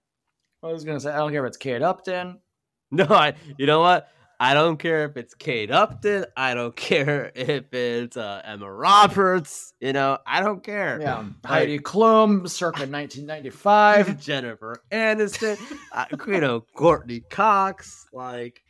Speaker 2: I was gonna say I don't care if it's Kate Upton.
Speaker 1: No, I, you know what? I don't care if it's Kate Upton. I don't care if it's uh, Emma Roberts. You know, I don't care.
Speaker 2: Yeah, Um, Heidi Klum, circa 1995.
Speaker 1: Jennifer Aniston, I, you know, Courtney Cox. Like,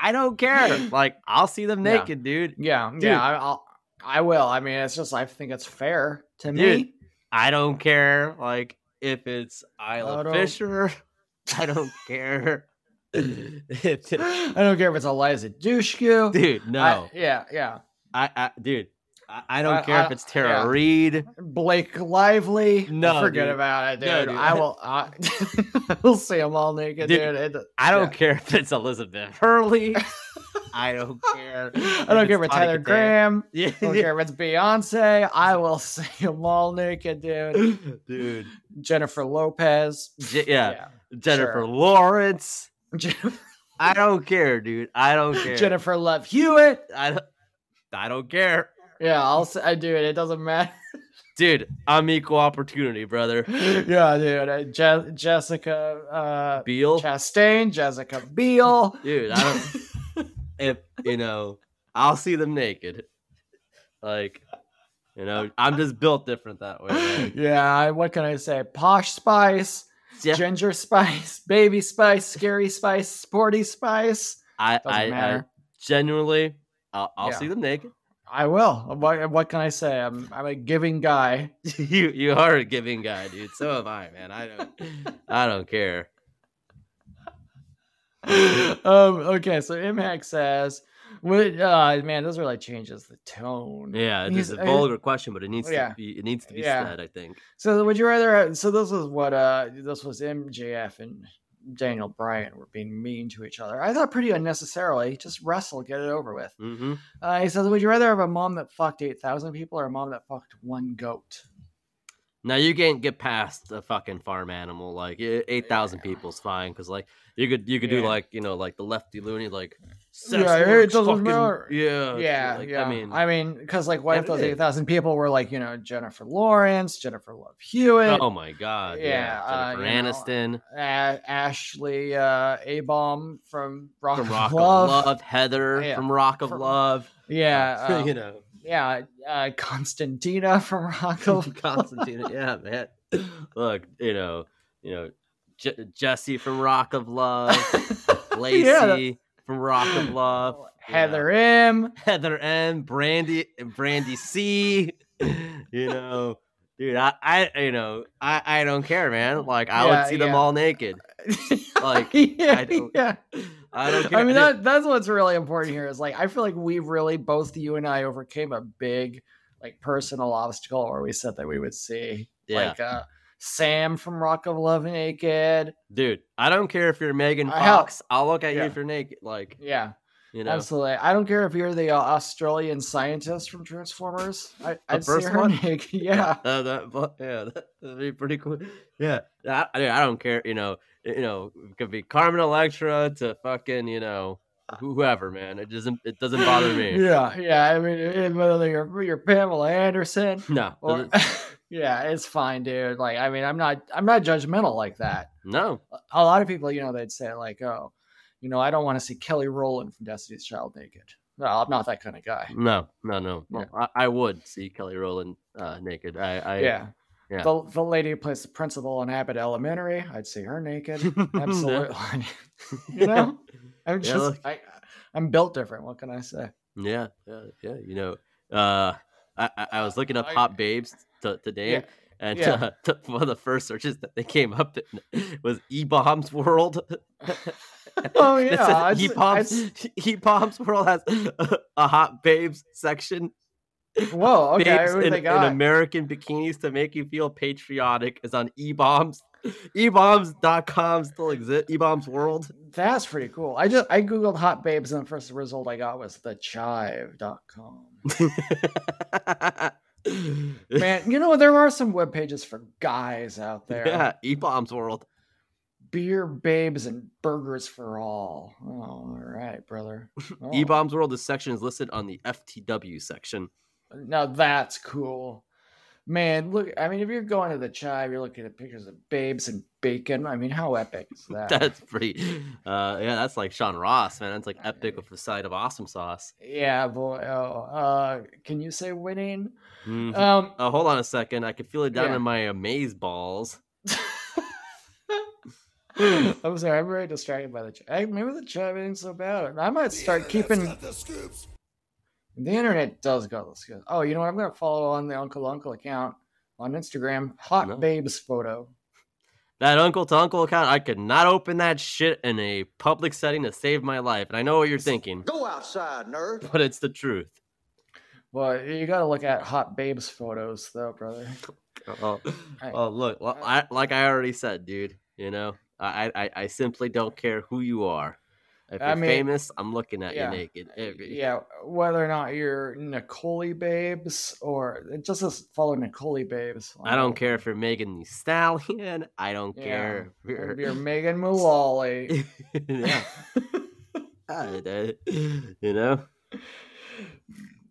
Speaker 1: I don't care. Like, I'll see them
Speaker 2: Yeah.
Speaker 1: naked, dude.
Speaker 2: Yeah,
Speaker 1: Dude.
Speaker 2: yeah, I, I'll, I will. I mean, it's just I think it's fair to
Speaker 1: Dude,
Speaker 2: me.
Speaker 1: I don't care. Like, if it's Isla
Speaker 2: I don't-
Speaker 1: Fisher, I don't care. if it-
Speaker 2: I don't care if it's Eliza Dushku.
Speaker 1: dude, no,
Speaker 2: I- yeah, yeah.
Speaker 1: I, I, dude, I, I don't
Speaker 2: I-
Speaker 1: care if
Speaker 2: I-
Speaker 1: it's Tara
Speaker 2: yeah.
Speaker 1: Reed.
Speaker 2: Blake Lively.
Speaker 1: No,
Speaker 2: forget
Speaker 1: dude.
Speaker 2: about it, dude.
Speaker 1: No, dude.
Speaker 2: I will. I, we'll see them all naked,
Speaker 1: Dude,
Speaker 2: dude. It-
Speaker 1: I don't
Speaker 2: Yeah.
Speaker 1: care if it's Elizabeth Hurley. I don't care.
Speaker 2: I don't care if it's
Speaker 1: Tawny
Speaker 2: Tyler
Speaker 1: Kataya.
Speaker 2: Graham.
Speaker 1: Yeah,
Speaker 2: I don't care if it's Beyonce. I will see them all naked, dude.
Speaker 1: dude.
Speaker 2: Jennifer Lopez.
Speaker 1: J- yeah, Jennifer
Speaker 2: sure.
Speaker 1: Lawrence.
Speaker 2: Jennifer,
Speaker 1: I don't care, dude. I don't care.
Speaker 2: Jennifer Love Hewitt.
Speaker 1: I don't. I don't care,
Speaker 2: Yeah, I'll s- I do it. It doesn't matter.
Speaker 1: dude. I'm equal opportunity, brother.
Speaker 2: yeah, dude. I, Je- Jessica uh,
Speaker 1: Beal,
Speaker 2: Chastain, Jessica Biel.
Speaker 1: dude. I don't. if you know, I'll see them naked. Like, you know, I'm just built different that way. man.
Speaker 2: yeah, I- what can I say? Posh Spice,
Speaker 1: Yeah,
Speaker 2: Ginger Spice, Baby Spice, Scary Spice, Sporty Spice.
Speaker 1: I,
Speaker 2: Doesn't
Speaker 1: I, I
Speaker 2: matter.
Speaker 1: genuinely, I'll, I'll
Speaker 2: Yeah.
Speaker 1: see them naked.
Speaker 2: I will. What, what can I say? I'm, I'm a giving guy.
Speaker 1: you you are a giving guy, dude. So am I, man. I don't I don't care.
Speaker 2: um, okay, so Impact says, "Would uh, man, this really changes the tone."
Speaker 1: Yeah, it
Speaker 2: He's-
Speaker 1: is a
Speaker 2: uh,
Speaker 1: vulgar question, but it needs
Speaker 2: yeah.
Speaker 1: to be it needs to be
Speaker 2: Yeah.
Speaker 1: said, I think.
Speaker 2: So would you rather? have- So this was what uh this was MJF and Daniel Bryan were being mean to each other. I thought pretty unnecessarily. Just wrestle, get it over with.
Speaker 1: hmm
Speaker 2: Uh, he says, would you rather have a mom that fucked eight thousand people or a mom that fucked one goat?
Speaker 1: Now you can't get past a fucking farm animal. Like e, eight thousand people's fine because like you could you could do
Speaker 2: Yeah.
Speaker 1: like you know like the lefty loony like
Speaker 2: Yeah,
Speaker 1: sex
Speaker 2: it
Speaker 1: works,
Speaker 2: doesn't
Speaker 1: fucking-
Speaker 2: matter.
Speaker 1: Yeah,
Speaker 2: yeah,
Speaker 1: Oh, like,
Speaker 2: yeah.
Speaker 1: I mean,
Speaker 2: I mean, because like, what
Speaker 1: Yeah,
Speaker 2: if
Speaker 1: it
Speaker 2: those
Speaker 1: is.
Speaker 2: eight thousand people were like, you know, Jennifer Lawrence, Jennifer Love Hewitt,
Speaker 1: oh my god,
Speaker 2: yeah,
Speaker 1: yeah,
Speaker 2: uh,
Speaker 1: Jennifer
Speaker 2: you know,
Speaker 1: Aniston.
Speaker 2: A- Ashley uh, Abom from Rock,
Speaker 1: from
Speaker 2: of,
Speaker 1: Rock
Speaker 2: Love.
Speaker 1: of Love, Heather
Speaker 2: Yeah,
Speaker 1: from Rock of
Speaker 2: from-
Speaker 1: Love,
Speaker 2: yeah, uh,
Speaker 1: you know,
Speaker 2: yeah, uh, Constantina from Rock of
Speaker 1: Constantine. yeah, man. Look, you know, you know, J- Jesse from Rock of Love, Lacey from Rock of Love, you know,
Speaker 2: Heather M.
Speaker 1: Heather M, Brandy, Brandy C. You know, dude, I, I, you know, I, I don't care, man. Like, I
Speaker 2: Yeah,
Speaker 1: would see them
Speaker 2: yeah.
Speaker 1: all naked. Like,
Speaker 2: yeah,
Speaker 1: I don't-
Speaker 2: yeah.
Speaker 1: I don't care.
Speaker 2: I mean,
Speaker 1: dude.
Speaker 2: that that's what's really important here is like I feel like we really both you and I overcame a big like personal obstacle where we said that we would see
Speaker 1: Yeah.
Speaker 2: like uh Sam from Rock of Love naked.
Speaker 1: dude, I don't care if you're Megan
Speaker 2: I help.
Speaker 1: Fox. I'll look at you
Speaker 2: Yeah.
Speaker 1: if you're naked. Like,
Speaker 2: Yeah,
Speaker 1: you know,
Speaker 2: absolutely. I don't care if you're the uh, Australian scientist from Transformers. I, I'd see
Speaker 1: first
Speaker 2: her
Speaker 1: one?
Speaker 2: naked. Yeah.
Speaker 1: Uh, that, but, yeah, that, would be pretty cool. Yeah, I, I mean, I don't care. You know, you know, it could be Carmen Electra to fucking you know whoever, man. It doesn't it doesn't bother me.
Speaker 2: Yeah, yeah. I mean, it- whether you're you're Pamela Anderson
Speaker 1: No,
Speaker 2: or
Speaker 1: doesn't-
Speaker 2: yeah, it's fine, dude. Like, I mean, I'm not I'm not judgmental like that.
Speaker 1: no.
Speaker 2: a lot of people, you know, they'd say like, "Oh, you know, I don't want to see Kelly Rowland from Destiny's Child naked." No, I'm not that kind of guy.
Speaker 1: No, no, no.
Speaker 2: Yeah.
Speaker 1: Well, I, I would see Kelly Rowland uh, naked. I, I
Speaker 2: yeah.
Speaker 1: yeah.
Speaker 2: The, the lady who plays the principal in Abbott Elementary, I'd see her naked. Absolutely. you know, I'm
Speaker 1: Yeah,
Speaker 2: just,
Speaker 1: look.
Speaker 2: I, I'm built different. What can I say?
Speaker 1: Yeah, yeah, yeah. You know, uh, I, I- I was looking up
Speaker 2: I-
Speaker 1: hot babes t- today,
Speaker 2: Yeah,
Speaker 1: and
Speaker 2: yeah.
Speaker 1: uh, t- one of the first searches that they came up that was E Bombs World.
Speaker 2: Oh,
Speaker 1: It says
Speaker 2: yeah, I'd
Speaker 1: E
Speaker 2: s- I'd
Speaker 1: Bombs E Bombs World has a, hot babes section.
Speaker 2: Whoa. Okay.
Speaker 1: babes
Speaker 2: Who
Speaker 1: in,
Speaker 2: they
Speaker 1: in
Speaker 2: got?
Speaker 1: American bikinis to make you feel patriotic is on E Bombs. Ebombs.com still exists. E Bombs World.
Speaker 2: That's pretty cool. I just, I Googled hot babes and the first result I got was thechive.com. Man, you know, there are some web pages for guys out there.
Speaker 1: Yeah, E Bombs World.
Speaker 2: beer babes and burgers for all. Oh, all right, brother. Oh,
Speaker 1: E Bombs World, this section is listed on the FTW section.
Speaker 2: now that's cool. Man, look, I mean, if you're going to the chive, you're looking at pictures of babes and bacon. I mean, how epic is that?
Speaker 1: That's pretty. Uh, yeah, that's like Sean Ross, man. That's like epic with the side of awesome sauce.
Speaker 2: yeah, boy. Oh, uh, can you say winning?
Speaker 1: Mhm.
Speaker 2: Um,
Speaker 1: Oh, hold on a second. I can feel it down
Speaker 2: Yeah.
Speaker 1: in my amaze balls.
Speaker 2: I'm sorry, I'm very distracted by the chive. Maybe the chive ain't so bad. I might start keeping The internet does go this good. Oh, you know what? I'm gonna follow on the Uncle Uncle account on Instagram. Hot
Speaker 1: No.
Speaker 2: babes photo.
Speaker 1: That uncle to uncle account, I could not open that shit in a public setting to save my life. And I know what you're thinking,
Speaker 5: Go outside, nerd.
Speaker 1: but it's the truth.
Speaker 2: Well, you gotta look at hot babes photos though, brother.
Speaker 1: Oh,
Speaker 2: Hey.
Speaker 1: oh, look,
Speaker 2: Uh,
Speaker 1: well, I, like I already said, dude. You know, I, I, I simply don't care who you are. If you're
Speaker 2: I mean,
Speaker 1: famous, I'm looking at
Speaker 2: yeah. Uh,
Speaker 1: you naked. If-
Speaker 2: Yeah, whether or not you're Nicole babes or it just says follow Nicole babes.
Speaker 1: I don't care if you're Megan the Stallion. I don't
Speaker 2: Yeah,
Speaker 1: care if
Speaker 2: You're,
Speaker 1: you're.
Speaker 2: Megan Mullally.
Speaker 1: yeah. I- I- you know, man,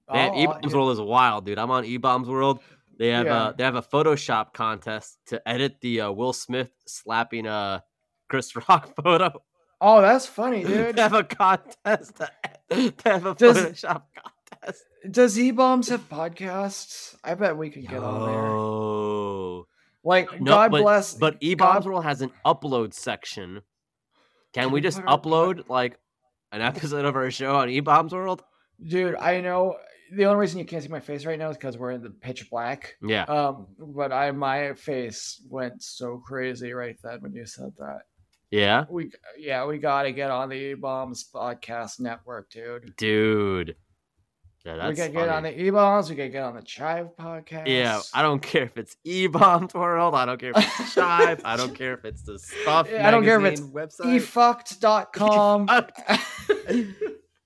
Speaker 2: I'll-
Speaker 1: E
Speaker 2: I'll-
Speaker 1: Bombs World is wild, dude. I'm on E Bombs World. They have
Speaker 2: Yeah.
Speaker 1: uh, they have a Photoshop contest to edit the uh, Will Smith slapping uh Chris Rock photo.
Speaker 2: Oh, that's funny,
Speaker 1: they
Speaker 2: dude.
Speaker 1: have a contest. To, they have a
Speaker 2: Does-
Speaker 1: Photoshop contest.
Speaker 2: Does E bombs have podcasts? I bet we could get on there.
Speaker 1: Oh.
Speaker 2: Like,
Speaker 1: No,
Speaker 2: God
Speaker 1: but,
Speaker 2: bless.
Speaker 1: But
Speaker 2: God-
Speaker 1: eBombs World has an upload section. Can,
Speaker 2: Can
Speaker 1: we
Speaker 2: we
Speaker 1: just
Speaker 2: put our-
Speaker 1: upload like an episode of our show on eBombs World?
Speaker 2: Dude, I know the only reason you can't see my face right now is because we're in the pitch black.
Speaker 1: Yeah.
Speaker 2: Um, but I my face went so crazy right then when you said that.
Speaker 1: yeah.
Speaker 2: We yeah, we gotta get on the E Bombs podcast network, dude.
Speaker 1: Dude. Yeah,
Speaker 2: we
Speaker 1: that's
Speaker 2: gotta get on
Speaker 1: funny.
Speaker 2: the E Bombs. We gotta get on the Chive podcast.
Speaker 1: Yeah, I don't care if it's eBombs World. I don't care if it's Chive. I don't care if it's the stuff.
Speaker 2: Yeah, I don't care if it's
Speaker 1: magazine website.
Speaker 2: E efucked.com.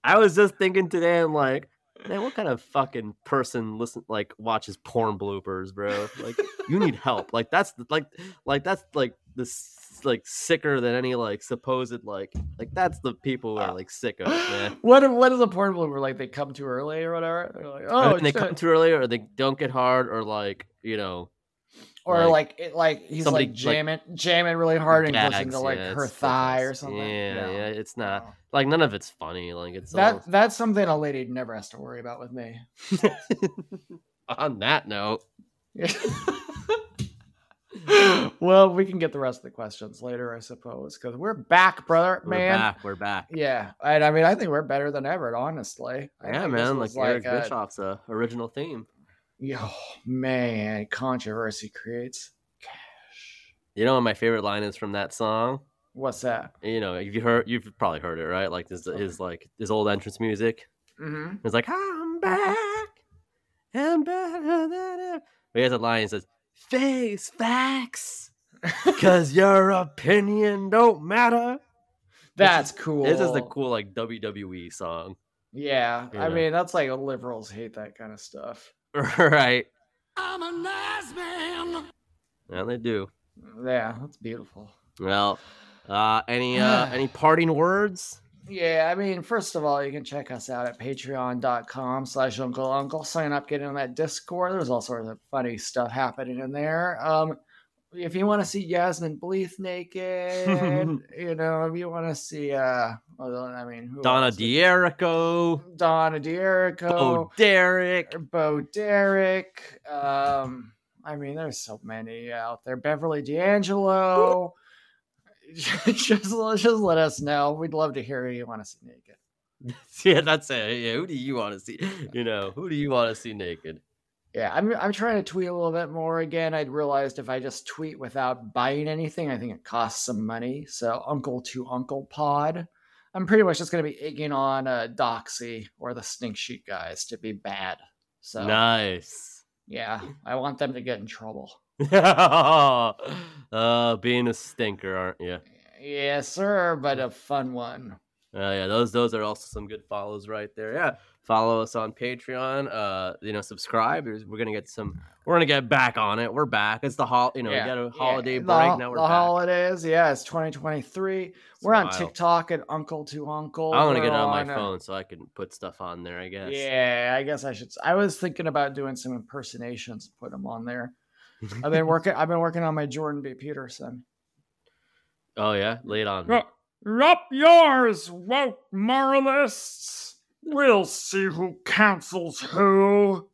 Speaker 1: I was just thinking today, I'm like, Man, what kind of fucking person listen like watches porn bloopers, bro? Like you need help. Like that's like like that's like this like sicker than any like supposed like like that's the people who are like sickos, man.
Speaker 2: What what is a porn blooper like? They come too early or whatever. They're like,
Speaker 1: And
Speaker 2: oh,
Speaker 1: they
Speaker 2: shit.
Speaker 1: come too early or they don't get hard or like, you know,
Speaker 2: or
Speaker 1: like,
Speaker 2: like it, like he's
Speaker 1: somebody,
Speaker 2: like
Speaker 1: like,
Speaker 2: jamming jamming really hard and
Speaker 1: gags,
Speaker 2: goes into like
Speaker 1: yeah,
Speaker 2: her
Speaker 1: it's-
Speaker 2: thigh or
Speaker 1: it's-
Speaker 2: something.
Speaker 1: Yeah,
Speaker 2: No,
Speaker 1: yeah, it's not
Speaker 2: no.
Speaker 1: like none of it's funny. Like it's
Speaker 2: That that's something a lady never has to worry about with me.
Speaker 1: all... on that note.
Speaker 2: well, we can get the rest of the questions later, I suppose, because we're back, brother,
Speaker 1: We're
Speaker 2: man.
Speaker 1: back. We're back.
Speaker 2: Yeah, and I mean, I think we're better than ever, honestly. I
Speaker 1: Yeah,
Speaker 2: think this
Speaker 1: man. Like,
Speaker 2: was
Speaker 1: Eric
Speaker 2: a-
Speaker 1: Bischoff's uh, original theme.
Speaker 2: Yo, man, controversy creates.
Speaker 1: You know what my favorite line is from that song?
Speaker 2: What's that?
Speaker 1: You know, if you heard, you've probably heard it, right? Like his, his like his old entrance music.
Speaker 2: Mm-hmm.
Speaker 1: It's like I'm back, and better than ever. But he has a line that says, "Face facts, cause your opinion don't matter."
Speaker 2: That's cool.
Speaker 1: This is the cool like WWE song,
Speaker 2: Yeah, I
Speaker 1: Yeah.
Speaker 2: mean, that's like liberals hate that kind of stuff.
Speaker 1: right? I'm a nice man. Yeah, they do.
Speaker 2: Yeah, that's beautiful.
Speaker 1: Well, uh, any uh, any parting words?
Speaker 2: Yeah, I mean, first of all, you can check us out at patreon.com slash uncle uncle. Sign up, get in on that Discord. There's all sorts of funny stuff happening in there. Um, if you want to see Yasmin Bleeth naked, you know, if you want to see, uh, well, I mean, who
Speaker 1: Donna
Speaker 2: else? Oh,
Speaker 1: Dierico,
Speaker 2: Donna Dierico,
Speaker 1: Bo Oh, Derek.
Speaker 2: Bo Derek. Um, I mean, there's so many out there. Beverly D'Angelo. just, just let us know. We'd love to hear who you want to see naked.
Speaker 1: Yeah, that's it. Yeah, who do you want to see? You know, who do you want to see naked?
Speaker 2: Yeah, I'm I'm trying to tweet a little bit more again. I'd realized if I just tweet without buying anything, I think it costs some money. So Uncle to Uncle Pod. I'm pretty much just gonna be egging on uh, Doxy or the Stink Sheet guys to be bad. So
Speaker 1: Nice.
Speaker 2: yeah, I want them to get in trouble.
Speaker 1: uh, being a stinker, aren't you?
Speaker 2: Yes, sir, but a fun one.
Speaker 1: Uh, yeah, those those are also some good follows right there. Yeah, follow us on Patreon. Uh, you know, subscribe. There's- We're gonna get some. We're gonna get back on it. We're back. It's the hol. You know,
Speaker 2: Yeah,
Speaker 1: we got a
Speaker 2: yeah,
Speaker 1: holiday
Speaker 2: the
Speaker 1: break
Speaker 2: hol-
Speaker 1: now. We're
Speaker 2: the
Speaker 1: back.
Speaker 2: holidays, yeah, it's 2023. We're on
Speaker 1: wild.
Speaker 2: TikTok at Uncle to Uncle.
Speaker 1: I'm gonna
Speaker 2: We're
Speaker 1: get it on my
Speaker 2: uh,
Speaker 1: phone so I can put stuff on there. I guess.
Speaker 2: Yeah, I guess I should. s- I was thinking about doing some impersonations, put them on there. I've been working. I've been working on my Jordan B. Peterson.
Speaker 1: Oh yeah, lay it on. me.
Speaker 2: Up yours, woke moralists. We'll see who cancels who.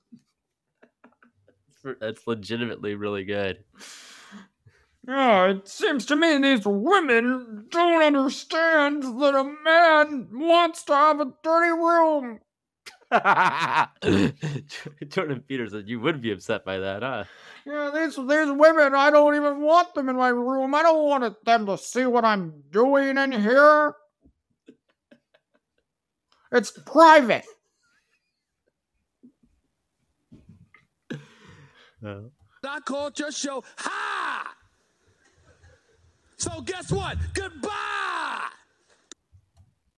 Speaker 1: That's legitimately really good.
Speaker 2: Yeah, it seems to me these women don't understand that a man wants to have a dirty room.
Speaker 1: Jordan Peterson, you would be upset by that, huh?
Speaker 2: Yeah, these these women, I don't even want them in my room. I don't want it- them to see what I'm doing in here. It's private.
Speaker 6: I called your show. Ha! So guess what? Goodbye!